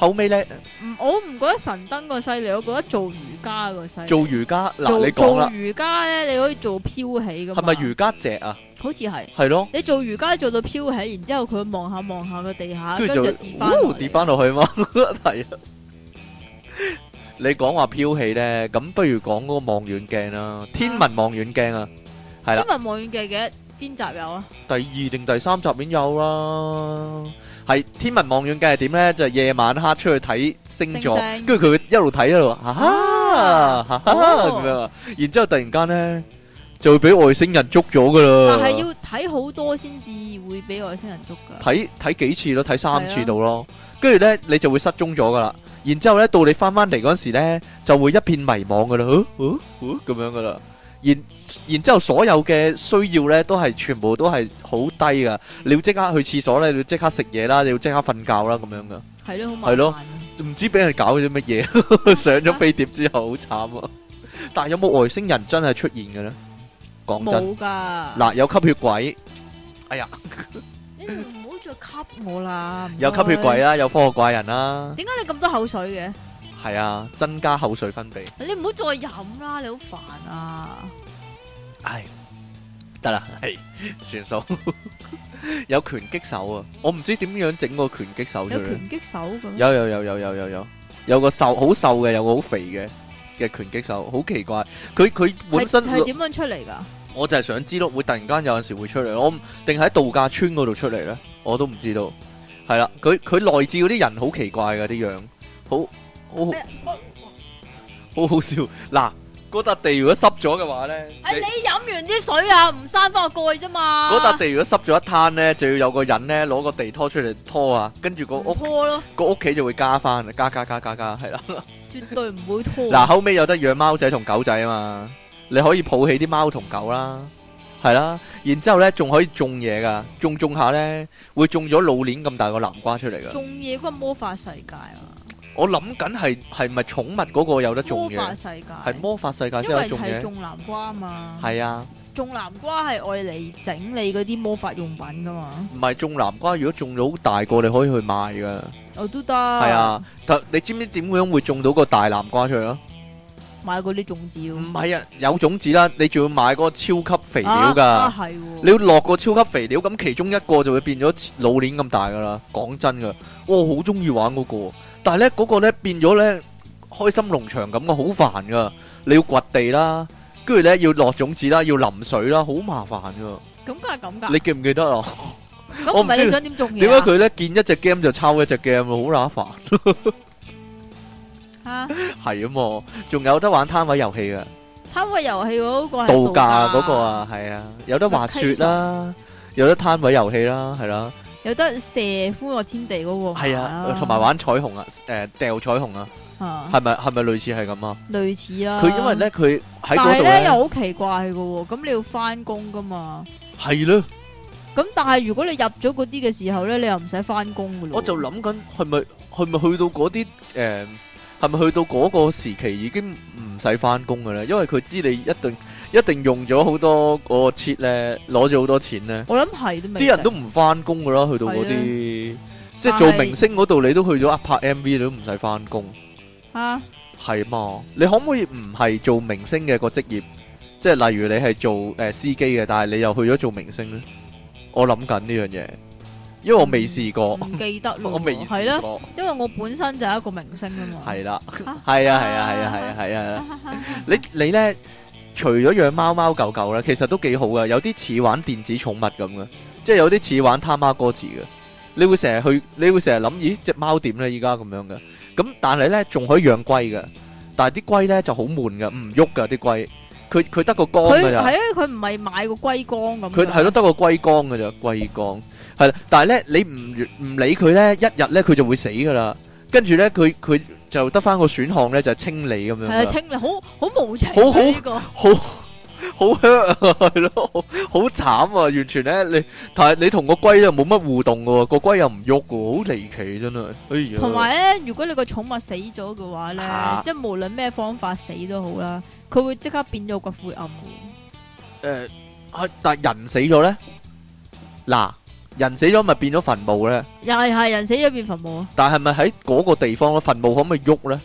後尾咧唔，我唔覺得神燈個犀利，我覺得做瑜伽個犀利。做瑜伽，嗱做你講做啦，瑜伽咧，你可以做飄起噶嘛？係咪瑜伽席啊？好似係。係咯，你做瑜伽做到飄起，然之後佢望下望下個地下，跟跟住就住跌翻落哦嚟跌翻落去嘛， 係啊。你講話飄起咧，咁不如講嗰個望遠鏡啦，天文望遠鏡啊，係啦天。文望遠鏡嘅邊集有啊？第二定第三集已經有啦。係天文望遠鏡係點呢？就係夜晚黑出去睇星座星星，跟住佢一路睇一路哈哈啊哈哈哦咁樣啊。然之後突然間呢，就會俾外星人捉咗噶啦。但係要睇好多先至會俾外星人捉㗎。睇睇幾次咯，睇三次係啊到咯。跟住呢，你就會失蹤咗噶啦。然之後呢，到你翻翻嚟嗰時呢，就會一片迷茫噶啦，嗯哦哦哦咁樣噶啦。然然之後所有嘅需要呢，都係全部都係好低噶。你要即刻去廁所咧，你要即刻食嘢啦，你要即刻瞓覺啦，咁樣噶。係咯，好麻係咯煩啊。唔知俾人搞咗啲乜嘢， 上咗飛碟之後好慘啊！但係有冇外星人真係出現嘅呢？講真，冇啊㗎。嗱有吸血鬼，你唔好再吸我啦！唔有吸血鬼啊啦，該！有科學怪人啦，點解你咁多口水嘅？係啊，增加口水分泌。你唔好再飲啦！你好煩啊！唉，得啦，系算數。 有拳擊手啊，我唔知點樣整個拳擊手出有嚟。拳擊手咁。有有有有有有有，有個瘦好瘦嘅，有個好肥嘅嘅拳擊手，好奇怪。佢佢本身係係點樣出嚟㗎？我就係想知咯，會突然間有陣時會出嚟，我唔定喺度假村嗰度出嚟呢，我都唔知道。係啦，佢佢內置嗰啲人好奇怪嘅啲樣，好好哎呀好好笑。嗱，嗰笪地如果濕咗嘅話呢。係你哎你飲完啲水啊，唔閂翻個蓋啫嘛。嗰笪地如果濕咗一灘咧，就要有個人咧攞個地拖出嚟拖啊，跟住個唔屋拖咯，個屋企就會加翻，加加加加加，係啦。 絕對唔會拖。嗱，後尾有得養貓仔同狗仔啊嘛，你可以抱起啲貓同狗啦，係啦，然之後咧仲可以種嘢噶，種種下咧會種咗老年咁大個南瓜出嚟噶。種嘢嗰個魔法世界啊，我諗緊係係咪寵物嗰個有得種魔法嘢，世界係魔法世界因先有為種係嘢，種南瓜啊嘛。係啊，種南瓜係愛嚟整理嗰啲魔法用品㗎嘛，唔係種南瓜，如果種咗好大個，你可以去賣噶。我都得。係啊，但你知唔知點樣會種到個大南瓜出嚟啊？買嗰啲種子咯。唔係啊，有種子啦，你仲要買嗰個超級肥料㗎。啊，係喎。你要落個超級肥料，咁其中一個就會變咗老年咁大噶啦。講真噶，我好中意玩嗰、個，但係咧嗰個咧變咗咧開心農場咁嘅，好煩噶。你要掘地啦，跟住咧要落種子啦，要淋水啦，好麻煩噶。咁梗係咁㗎。你記唔記得啊？咁我唔唔係你知想點種嘢點解啊？佢咧見一隻 game 就抄一隻 game 啊？好乸嚇煩，係啊嘛。仲有得玩攤位遊戲啊，貪位遊戲嗰個係度假嗰個啊，，係啊，有得滑雪啦，有得攤位遊戲啦，係啦、有得射歡樂天地嗰個。系啊，同埋。玩彩虹啊，诶、掉彩虹啊，啊，係咪係咪類似係咁啊？類似啦。佢因為咧，佢喺但嗰係度咧咧又，好奇怪嘅喎，咁你要翻工噶嘛？係咯，咁但係如果你入咗嗰啲嘅時候咧，你又唔使翻工嘅咯。我就諗緊係咪係咪去到嗰啲诶，係咪去到嗰個時期已經唔使翻工嘅咧？因為佢知你一定一定用咗好多嗰個切咧，攞咗好多錢咧，我諗係都未啲人都唔翻工噶啦，去到嗰啲。即係但係做明星嗰度，你都去咗拍 M V，你都唔使翻工，啊係嘛？你可唔可以唔係做明星嘅個職業？即係例如你係做誒、呃司機嘅，但係你又去咗做明星呢？我諗緊呢樣嘢，因為我未試過，唔記得咯， 我未嗯係試啦，過，因為我本身就係一個明星啊 嘛。係啦，啊係啊，係啊，係啊，係啊，係啊，你你咧，除咗養貓貓狗狗咧，其實都幾好噶，有啲似玩電子寵物咁嘅，即係有啲似玩他媽哥池嘅。你會成日去，你會成日諗，咦只貓點咧？依家咁樣嘅，咁但係咧仲可以養龜嘅，但係啲龜咧就好悶嘅，唔喐噶啲龜，佢佢得個缸佢㗎係咋。啊，佢唔係買個龜缸咁。佢係咯，，得個龜缸嘅啫，龜缸係啦。但係咧，你唔唔理佢咧，一日咧佢就會死噶啦。跟住咧，佢佢就得翻個選項咧，就係清理咁樣係啊，㗎。清理好好無情啊。好好呢個好好 hurt 啊，係咯，好好慘啊！完全咧，你但係你同個龜又冇乜互動嘅喎，個龜又唔喐嘅喎，好離奇真係。哎呀，同埋咧，如果你個寵物死咗嘅話咧啊，即係無論咩方法死都好啦，佢會即刻變咗個灰暗嘅。誒啊但係人死咗咧，嗱，人死咗咪變咗墳墓咧？又係係人死咗變墳墓啊！但係咪喺嗰個地方咧，墳墓可唔可以喐咧？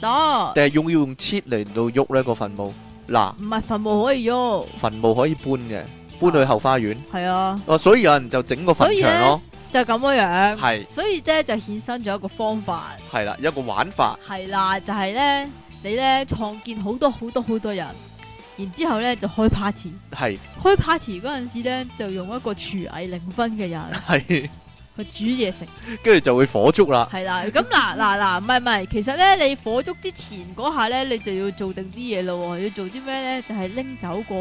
得。定係用要用切嚟到喐咧個墳墓？嗱。唔係墳墓可以喐，墳墓可以搬嘅，搬去後花園。係啊，哦，所以有人就整個所墳以場咯，就係咁樣樣。係所以咧就衍生咗一個方法，係啦，有一個玩法係啦，就係咧你咧創建好多好多好多人，然之後咧就開 party，係開 party 嗰陣時咧就用一個廚藝零分嘅人係，去煮嘢食，跟住就會火燭啦。係啦， 咁嗱嗱嗱，唔係唔係，其實咧你火燭之前嗰下咧你就要做定啲嘢咯喎，要做啲咩咧？就係拎走個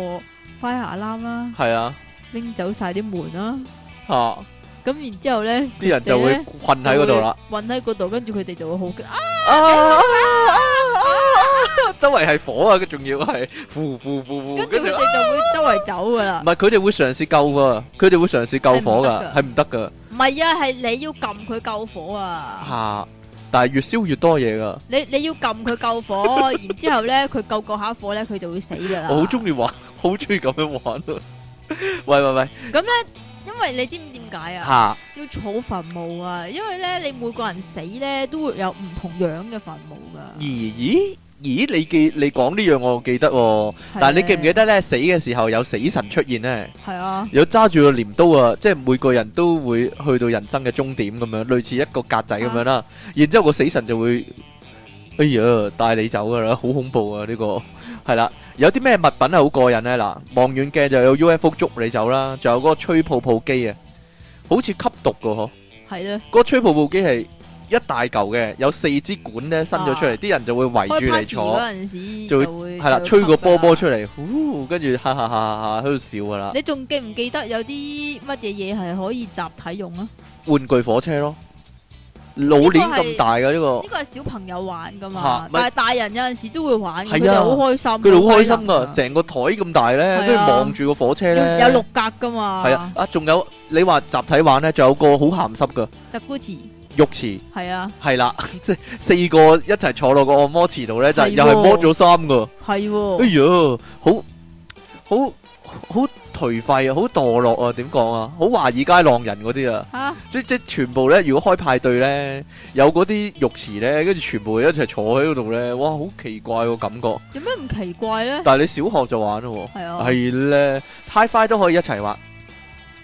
fire alarm 啦，係啊，拎走晒啲門啦，吓咁然之後咧。啲人就會困喺嗰度啦。就會困喺嗰度，跟住佢哋就會好驚啊！啊啊啊啊！周圍係火啊，仲要係呼呼呼呼，跟住跟佢住哋就會周圍走噶啦唔。係佢哋會嘗試救噶，佢哋會嘗試救火噶，係係唔得噶唔係啊，係你要撳佢救火 啊！吓。但係越燒越多嘢噶，你你要撳佢救火，然之後咧佢救救下火咧，佢就會死噶啦。我好中意玩，好中意咁樣玩啊。喂喂喂，因為你知唔知點解啊？吓要儲墳墓啊，因為咧你每個人死咧都會有唔同樣嘅墳墓噶。咦咦咦，你記你講呢樣我記得喎。但係係啊你記唔記？得咧？死嘅時候有死神出現咧，係啊，有揸住個鐮刀啊！即係每個人都會去到人生嘅終點咁樣，類似一個格仔咁樣啦。然之後個死神就會，哎呀，帶你走噶啦，好恐怖啊！呢、個係啦，有啲咩物品係好過癮咧？嗱，望遠鏡就有 UFO 捉你走啦，仲有嗰個吹泡泡機啊，好似吸毒噶嗬。係啊啦，嗰個吹泡泡機係一大嚿嘅，有四支管咧伸咗出嚟，啊啲、人就會圍開住你 party 坐。嗰陣時就會就會系啦，就會吹個波波吸啊出嚟，呼，跟住哈哈哈哈喺度笑噶㗎啦啦，你仲記唔記得有啲乜嘢嘢係可以集體用啊？玩具火車咯，老年咁大嘅呢個，呢個係小朋友玩噶嘛哦嚇，但係大人有陣時都會玩㗎，係佢哋啊好開心，佢哋好開心好低噶，能㗎成個台咁大係咧，啊跟住望住個火車咧，有有六格噶嘛，係啊，，啊仲有你話集體玩咧，仲有個好鹹濕嘅集古池浴池，係啊，係啦， 即係四個一齊坐落個按摩池度咧，就係喎哎又係摸咗衫噶，係哎喎，呀，好好好頹廢啊，好墮落啊，點講啊，好華爾街浪人嗰啲啊。吓即即全部咧，如果開派對咧，有嗰啲浴池咧，跟住全部一齊坐喺嗰度咧，哇，好奇怪個感 覺。有咩唔奇怪咧？但係你小學就玩咯係喎，啊，係咧，太快都可以一齊玩。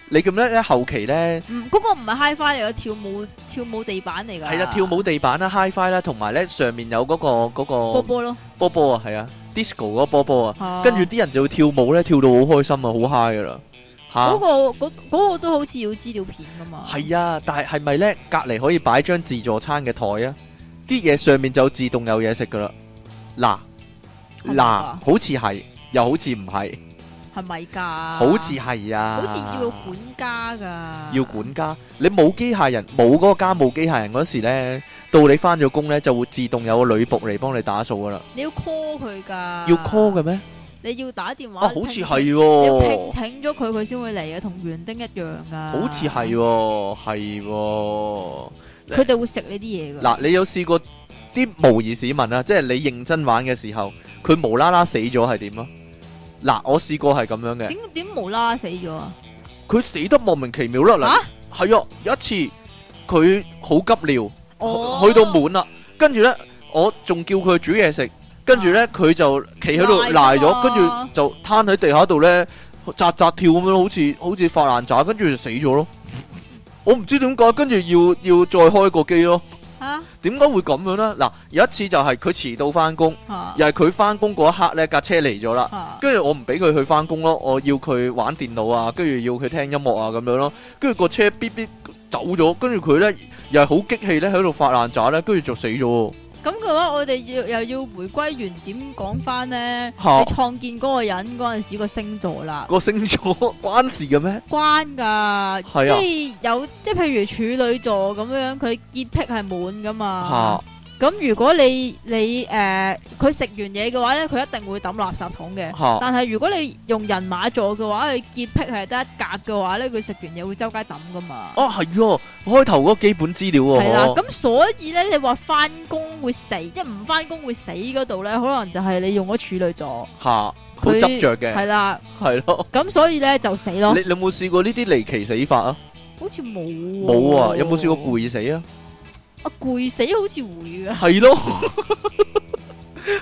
你咁咧咧後期咧，唔嗯嗰個唔係 HiFi 嚟嘅，跳舞跳舞地板嚟㗎。係啦，跳舞地板啦、HiFi 啊啦，同埋咧上面有嗰個波嗰個波咯，波波啊，係啊，disco 嗰個波波啊，啊跟住啲人就會跳舞咧，跳到好開心啊，好 high 噶啦，哦嗰嚇個嗰嗰個都好似要資料片㗎嘛。啊係啊，但係係咪咧隔離可以擺張自助餐嘅台啊？啲嘢上面就自動有嘢食噶啦。嗱係咪嗱，啊好似係，又好似唔係，係咪㗎？好似係啊，好似要管家㗎。要管家。你冇機械人，冇嗰個家務機械人嗰時咧，到你翻咗工咧就會自動有個女僕嚟幫你打掃噶啦。你要 call 佢㗎。要 call 嘅。咩？你要打電話。啊，好似係你要喎聘。請咗佢，佢先會嚟嘅，同園丁一樣㗎。好似係喎，係喎。佢哋會食你啲嘢㗎。嗱，你有試過啲模擬市民啊？即係你認真玩嘅時候，佢無啦啦死咗係點啊？嗱，我試過係咁樣嘅，點點無啦啦死咗啊？佢死得莫名其妙啦。嗱，係啊，有一次佢好急尿，哦，去到滿啦，跟住呢，我仲叫佢煮嘢食，跟住呢，佢就企喺度賴賴咗咗，跟住啊就攤喺地下度呢，扎扎跳咁樣，好似好似發爛渣，跟住就死咗咯。我唔知點解，跟住要要再開個機咯。嚇點解會咁樣呢？嗱，有一次就係佢遲到翻工，嚇又係佢翻工嗰一刻呢架車嚟咗啦，嚇跟住我唔俾佢去翻工咯，我要佢玩電腦啊，跟住要佢聽音樂啊咁樣咯，跟住個車咇咇走咗，跟住佢呢又係好激氣呢，喺度發爛渣呢，跟住就死咗喎。咁嘅話，我哋要又要回歸原點講翻咧，你嚇創建嗰個人嗰陣時個星座啦，個星座關事嘅 咩？關噶，即係啊係有即係譬如處女座咁樣，佢潔癖係滿噶嘛嚇。咁如果你你誒佢食完嘢嘅話咧，佢一定會抌垃圾桶嘅。嚇但係如果你用人馬座嘅話，佢潔癖係得一格嘅話咧，佢食完嘢會周街抌噶嘛。哦係喎，開頭嗰基本資料係啦，喎，咁所以咧，你話翻工會死，即係唔翻工會死嗰度咧，可能就係你用咗處女座。嚇好執着嘅，系啦，係咯。咁所以咧就死咯你，你有冇試過呢啲離奇死法啊？好似冇喎冇啊，有冇試過？攰死啊？啊攰死好似會噶，系咯，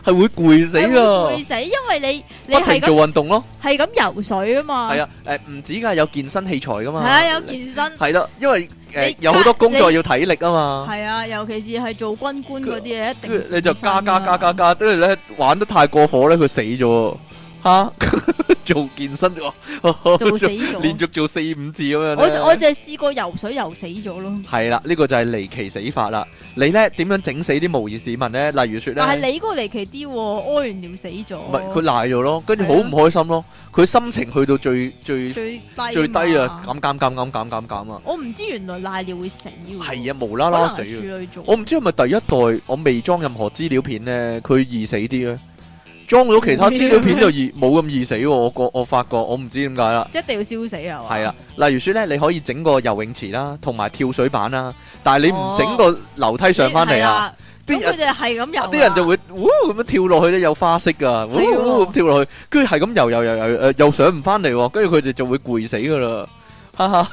系会攰死係會噶攰，死，因為你你不係停咁做运动咯，係咁游水啊嘛，系係啊，诶唔止噶，有健身器材噶嘛，啊，有健身，系啦，因为诶你有好多工作你要體力啊嘛，係啊，尤其是係做軍官嗰啲嘢，一定跟住你就健身加加啊加加，加，跟住咧玩得太過火咧，佢死咗吓， 做健身喎，就 會死做連咗。續做四五次咁樣我就我咧，就係試過游水游死咗咯，係啦，呢個就係離奇死法啦。你咧點樣整死啲模擬市民咧？例如说但咧。係你嗰個離奇啲喎，屙完尿死唔係佢咗，賴咗咯，跟住好唔開心咯，佢心情去到最最最低最低啊嘛，減減減減減減減啊，我唔知原來賴尿會死喎，係啊，無啦可啦能死係啊！處女座，我唔知係咪第一代我未裝任何資料片咧，佢易死啲咧，裝咗其他資料片就易冇咁易死喎。我覺我發覺我唔知點解啦。一定要燒死啊，係啦，例如說咧，你可以整個游泳池啦，同埋跳水板啦，但係你唔整個樓梯上翻嚟啊，咁啲人佢哋係咁游啊，啲人就會呜咁樣跳落去咧，有花式噶，呜係喎呜咁跳落去，跟住係咁游游游游，誒又上唔翻嚟喎，跟住佢哋就會攰死噶啦，哈 哈，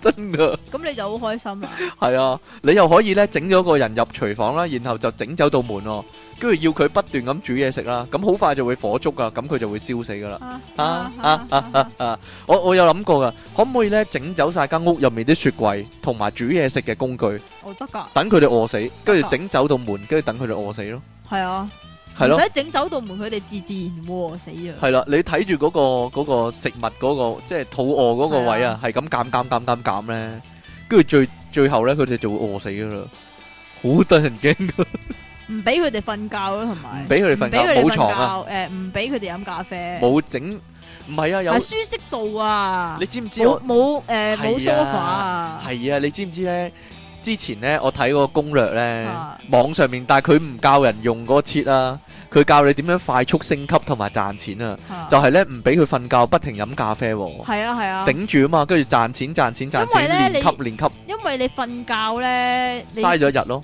真噶，咁你就好開心啦。係啊，你又可以咧整咗個人入廚房啦，然後就整走道門喎，跟住要佢不斷咁煮嘢食啦，咁好快就會火燭噶，咁佢就會燒死噶啦。啊啊啊啊啊啊！啊！我我有諗過噶，可唔可以咧整走晒間屋入面啲雪櫃同埋煮嘢食嘅工具，我哦得㗎，等佢哋餓死，跟住得㗎整走道門，跟住等佢哋餓死咯，係啊，係咯唔。使整走道門，佢哋自自然喎死啊！係啦，你睇住嗰個嗰個食物嗰、個即係肚餓嗰個位啊，係咁減減減減減咧，跟住最最後咧佢哋就會餓死噶啦，好得人驚噶，唔俾佢哋瞓覺啦，同埋唔俾佢哋瞓覺唔俾佢哋冇床啊瞓覺誒唔俾佢哋飲咖啡，冇整唔係啊有係，舒適度啊你，知唔知冇我冇誒係啊冇 sofa 啊，係啊？你知唔知咧？之前咧我睇過攻略咧，啊網上面，但係佢唔教人用嗰個切啊，佢教你點樣快速升級同埋賺錢啊，啊就係咧唔俾佢瞓覺，不停飲咖啡喎、係啊係啊，頂住啊嘛，跟住賺錢賺錢賺因錢，為練咧級練級。因為你瞓覺咧，你嘥咗一日咯，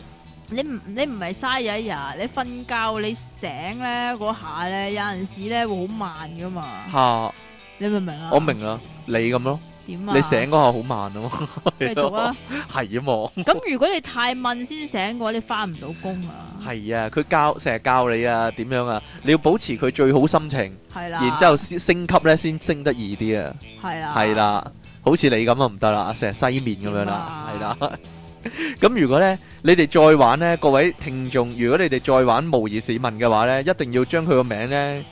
你唔你唔係嘥咗一日，你瞓覺你醒咧嗰下咧，有陣時咧會好慢噶嘛。吓你明唔明啊？我明啦，你咁咯，點啊？你醒嗰下好慢啊嘛， 繼續啊！ 係啊嘛。咁如果你太問先醒嘅話，你翻唔到工啊，係啊，佢教成日教你啊，點樣啊？你要保持佢最好心情，係啦。然之後先升級咧，先升得易啲啊。係啦，係啦，好似你咁啊唔得啦，成日西面咁樣點啦 啊，係啦。咁如果咧，你哋再玩咧，各位聽眾，如果你哋再玩模擬市民嘅話咧，一定要將佢個名咧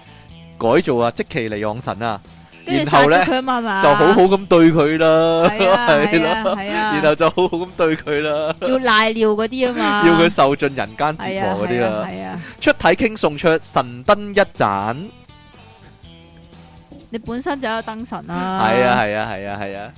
改做啊即其尼昂神啊，跟然住殺後咧咗佢啊嘛係嘛，就好好咁對佢啦，係 啊係啊啦，係然啊，後就好好咁對佢啦，要賴尿嗰啲啊嘛，要佢受盡人間係折啊磨嗰啲係啊啦。係啊，出體傾送出神燈一盞，你本身就有燈神啦，係啊，係啊係啊係啊，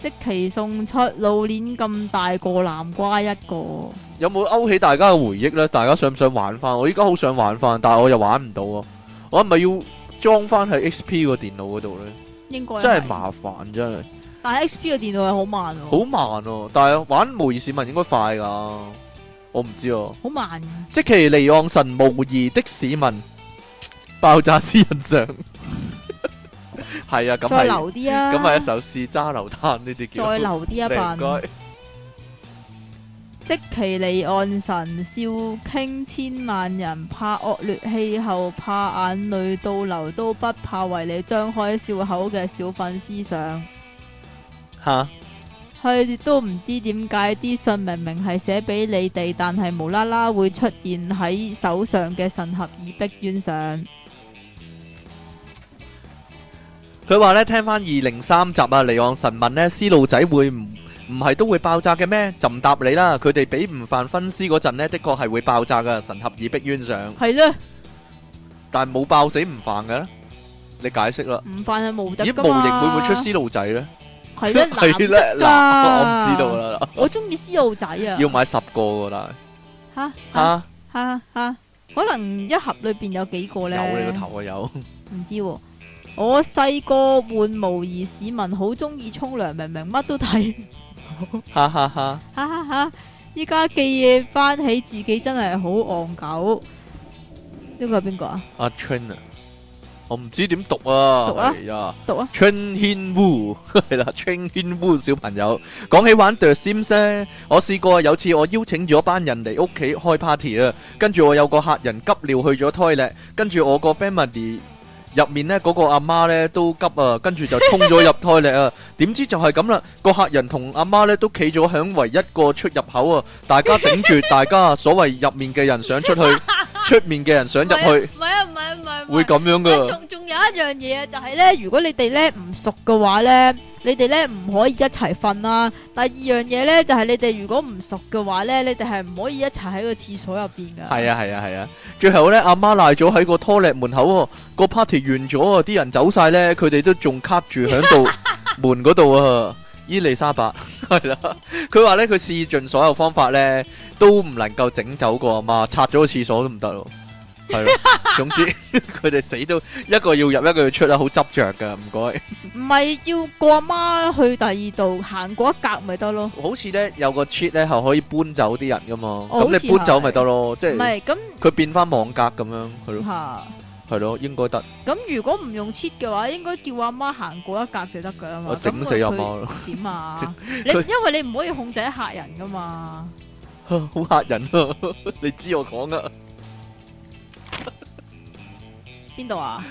即期送出老鏈咁大個南瓜一個，有冇勾起大家嘅回憶呢？大家想唔想玩翻？我依家好想玩翻，但係我又玩唔到啊！我係咪要裝翻喺 XP 個電腦嗰度呢？應該真係，麻煩，真係但係 XP 嘅電腦係好慢喎，好慢喎、但係玩模擬市民應該快噶，我唔知哦、好慢嘅，即其離岸神模擬的市民爆炸私人相， 係啊，咁再係留啲啊，咁係一首試揸流灘呢啲叫。再留啲一唔笨。該即其離岸神笑傾千萬人，怕惡劣氣候，怕眼淚倒流，都不怕為你張開笑口嘅小粉思想。嚇。佢哋都唔知點解啲信明明係寫俾你哋，但係無啦啦會出現喺手上嘅神合以逼冤上。佢話咧，聽翻二零三集啊，離岸神問呢，思路仔會唔唔係都會爆炸嘅咩？就唔答你啦。佢哋俾吳凡分屍嗰陣呢，的確係會爆炸噶，神合以逼冤上，係咧，但係冇爆死吳凡嘅咧。你解釋啦。唔犯係無敵咦，噶模嘛？型會唔會出思路仔呢？係 咧，係藍咧，色嗱，我唔㗎知道。啦。我中意思路仔啊！要買十個噶啦，嚇嚇嚇嚇嚇，可能一盒裏邊有幾個咧？有你個 頭啊有，唔知、喎，我細個換模擬市民好中意沖涼，明明乜都睇， 哈哈哈！哈哈哈！依家記嘢翻起自己真係好戇狗。呢個係邊個啊？阿 Train 啊，我唔知點讀啊，讀啊係啊。讀啊！ Train à. Hin Wu 系啦，Train Hin Wu 小朋友，講起玩 The Sims 咧，我試過有次我邀請咗班人嚟屋企開 party 啊，跟住我有個客人急尿去咗 toilet，跟住我個 family 入面咧嗰、個阿媽咧都急啊，跟住就衝咗入 toilet 啊，點知就係咁啦，個客人同阿媽咧都企咗響唯一個出入口啊，大家頂住大家所謂入面嘅人想出去，出面嘅人想入去，唔係啊，唔係啊，唔係啊唔係啊。會咁樣啊噶，仲仲有一樣嘢啊，就係咧，如果你哋咧唔熟嘅話咧，你哋咧唔可以一齊瞓啦。第二樣嘢咧，就係你哋如果唔熟嘅話咧，你哋係唔可以一齊喺個廁所入邊噶。係啊係啊係啊！最後咧，阿媽賴咗喺個拖 o 門口喎、個 party 完咗啊，啲人走晒咧，佢哋都仲卡住喺 度門嗰度啊！伊麗莎白係啦，佢話咧佢試盡所有方法咧，都唔能夠整走個阿媽，拆咗個廁所都唔得咯。係咯，總之 佢哋死都一個要入一個要出啦，好執着噶，唔該。唔係要個阿媽去第二度行過一格咪得咯，好似咧有個 cheat 咧係可以搬走啲人噶嘛，咁、哦好似你搬走咪係得咯，即唔係係咁佢變翻網格咁樣，係咯吓。係咯，應該得。咁如果唔用 cheat 嘅話，應該叫阿媽行過一格就得噶啦嘛。我整咁死阿 佢媽咯，點啊？你佢因為你唔可以控制客人噶嘛。好嚇人 啊！你知我講噶，邊度啊？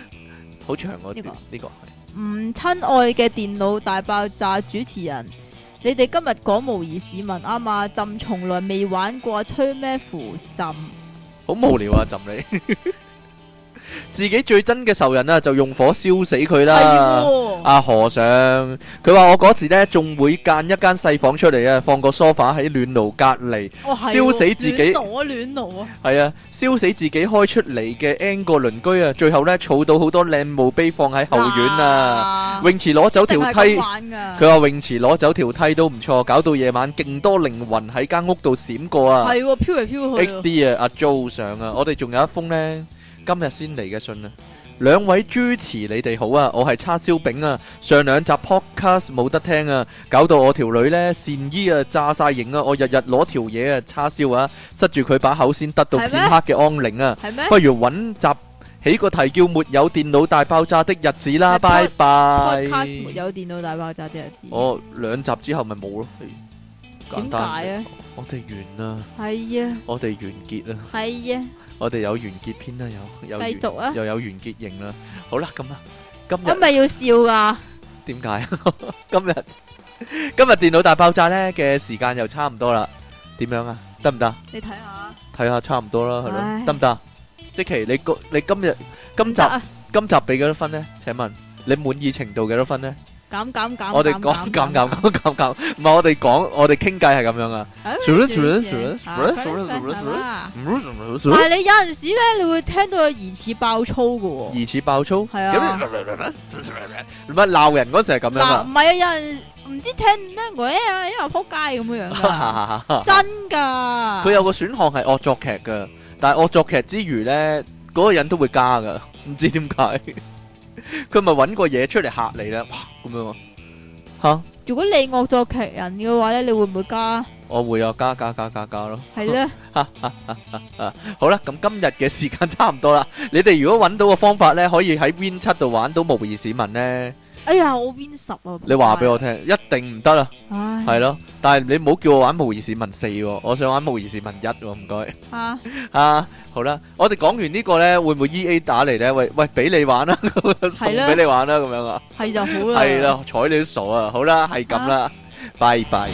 好長嗰呢啲個呢個係唔親愛嘅電腦大爆炸主持人，你哋今日講模擬市民啊嘛，朕從來未玩過，吹咩符朕？好無聊啊！朕 你自己最憎嘅仇人啊，就用火燒死佢係啦！喎阿和尚，佢話我嗰時呢，仲會間一間細房出嚟啊，放個 à, sofa 喺暖爐隔離，哦係喎燒死自己亂攞啊亂攞啊！係啊，燒死自己開出嚟嘅 N 個鄰居啊，最後呢，儲到好多靚墓碑放喺後院啊，啊，泳池攞走條一定係梯咁。玩㗎佢話泳池攞走條梯都唔錯，搞到夜晚勁多靈魂喺間屋度閃過啊係喎，飄嚟飄去！X。D 啊，阿 Jo 上啊，我哋仲有一封呢，今日先嚟嘅信啊。兩位主持，你哋好啊！我係叉燒餅啊，上兩集 podcast 冇得聽啊，搞到我條女呢，善衣啊炸晒型啊，我日日攞條嘢啊叉燒啊，塞住佢把口先得到係片咩刻嘅安寧啊！係咩？不如揾集起個題叫沒有電腦大爆炸的日子啦，咩拜拜。 podcast 沒有電腦大爆炸啲日子，我兩集之後咪冇咯，係哦簡點單解嚟講？啊我哋完啦，係啊我哋完結啦，係啊，我哋有完結篇啦，有有繼完續啊！又有完結型啦。好啦，咁啊，今日咁咪要笑噶，點解？ 今日今日電腦大爆炸呢嘅時間又差唔多啦，點樣啊？得唔得？你睇下，睇下差唔多啦，係唉咯，得唔得？即其你個你今日今唔集得啊，今集俾幾多分呢？請問你滿意程度幾多分呢？減減減，我哋 講講減減減減減，唔係我哋講我哋傾偈係咁樣啊。哎但啊係你有陣時咧，你會聽到有疑似爆粗噶喎。疑似爆粗，係啊咁乜鬧人嗰時係咁樣嗱，啊唔係啊，有人唔知聽聽過，哎呀，因為仆街咁樣樣噶，真噶。 佢有個選項係惡作劇噶，但係惡作劇之餘呢，嗰、個人都會加噶，唔知點解。 佢咪揾個嘢出嚟嚇你咧，哇咁樣啊吓，如果你惡作劇人嘅話咧，你會唔會加？我會啊，加加加加加咯。係咧，好啦，咁今日嘅時間差唔多啦。 你哋如果揾到個方法呢，可以喺 Win 七度玩到模擬市民呢，哎呀，我 Win 十啊！你話俾我，聽，一定唔得啦，唉，係咯。但係你唔好叫我玩模擬市民四、喎，我想玩模擬市民一、喎，唔該。 啊，啊，好啦，我哋講完呢個咧，會唔會 E A 打嚟咧？喂喂，俾你玩啦，咁樣 送啦俾你玩啦，咁樣啊，係就好啦。係啦，睬你都傻啊，好啦，係咁啦，拜拜。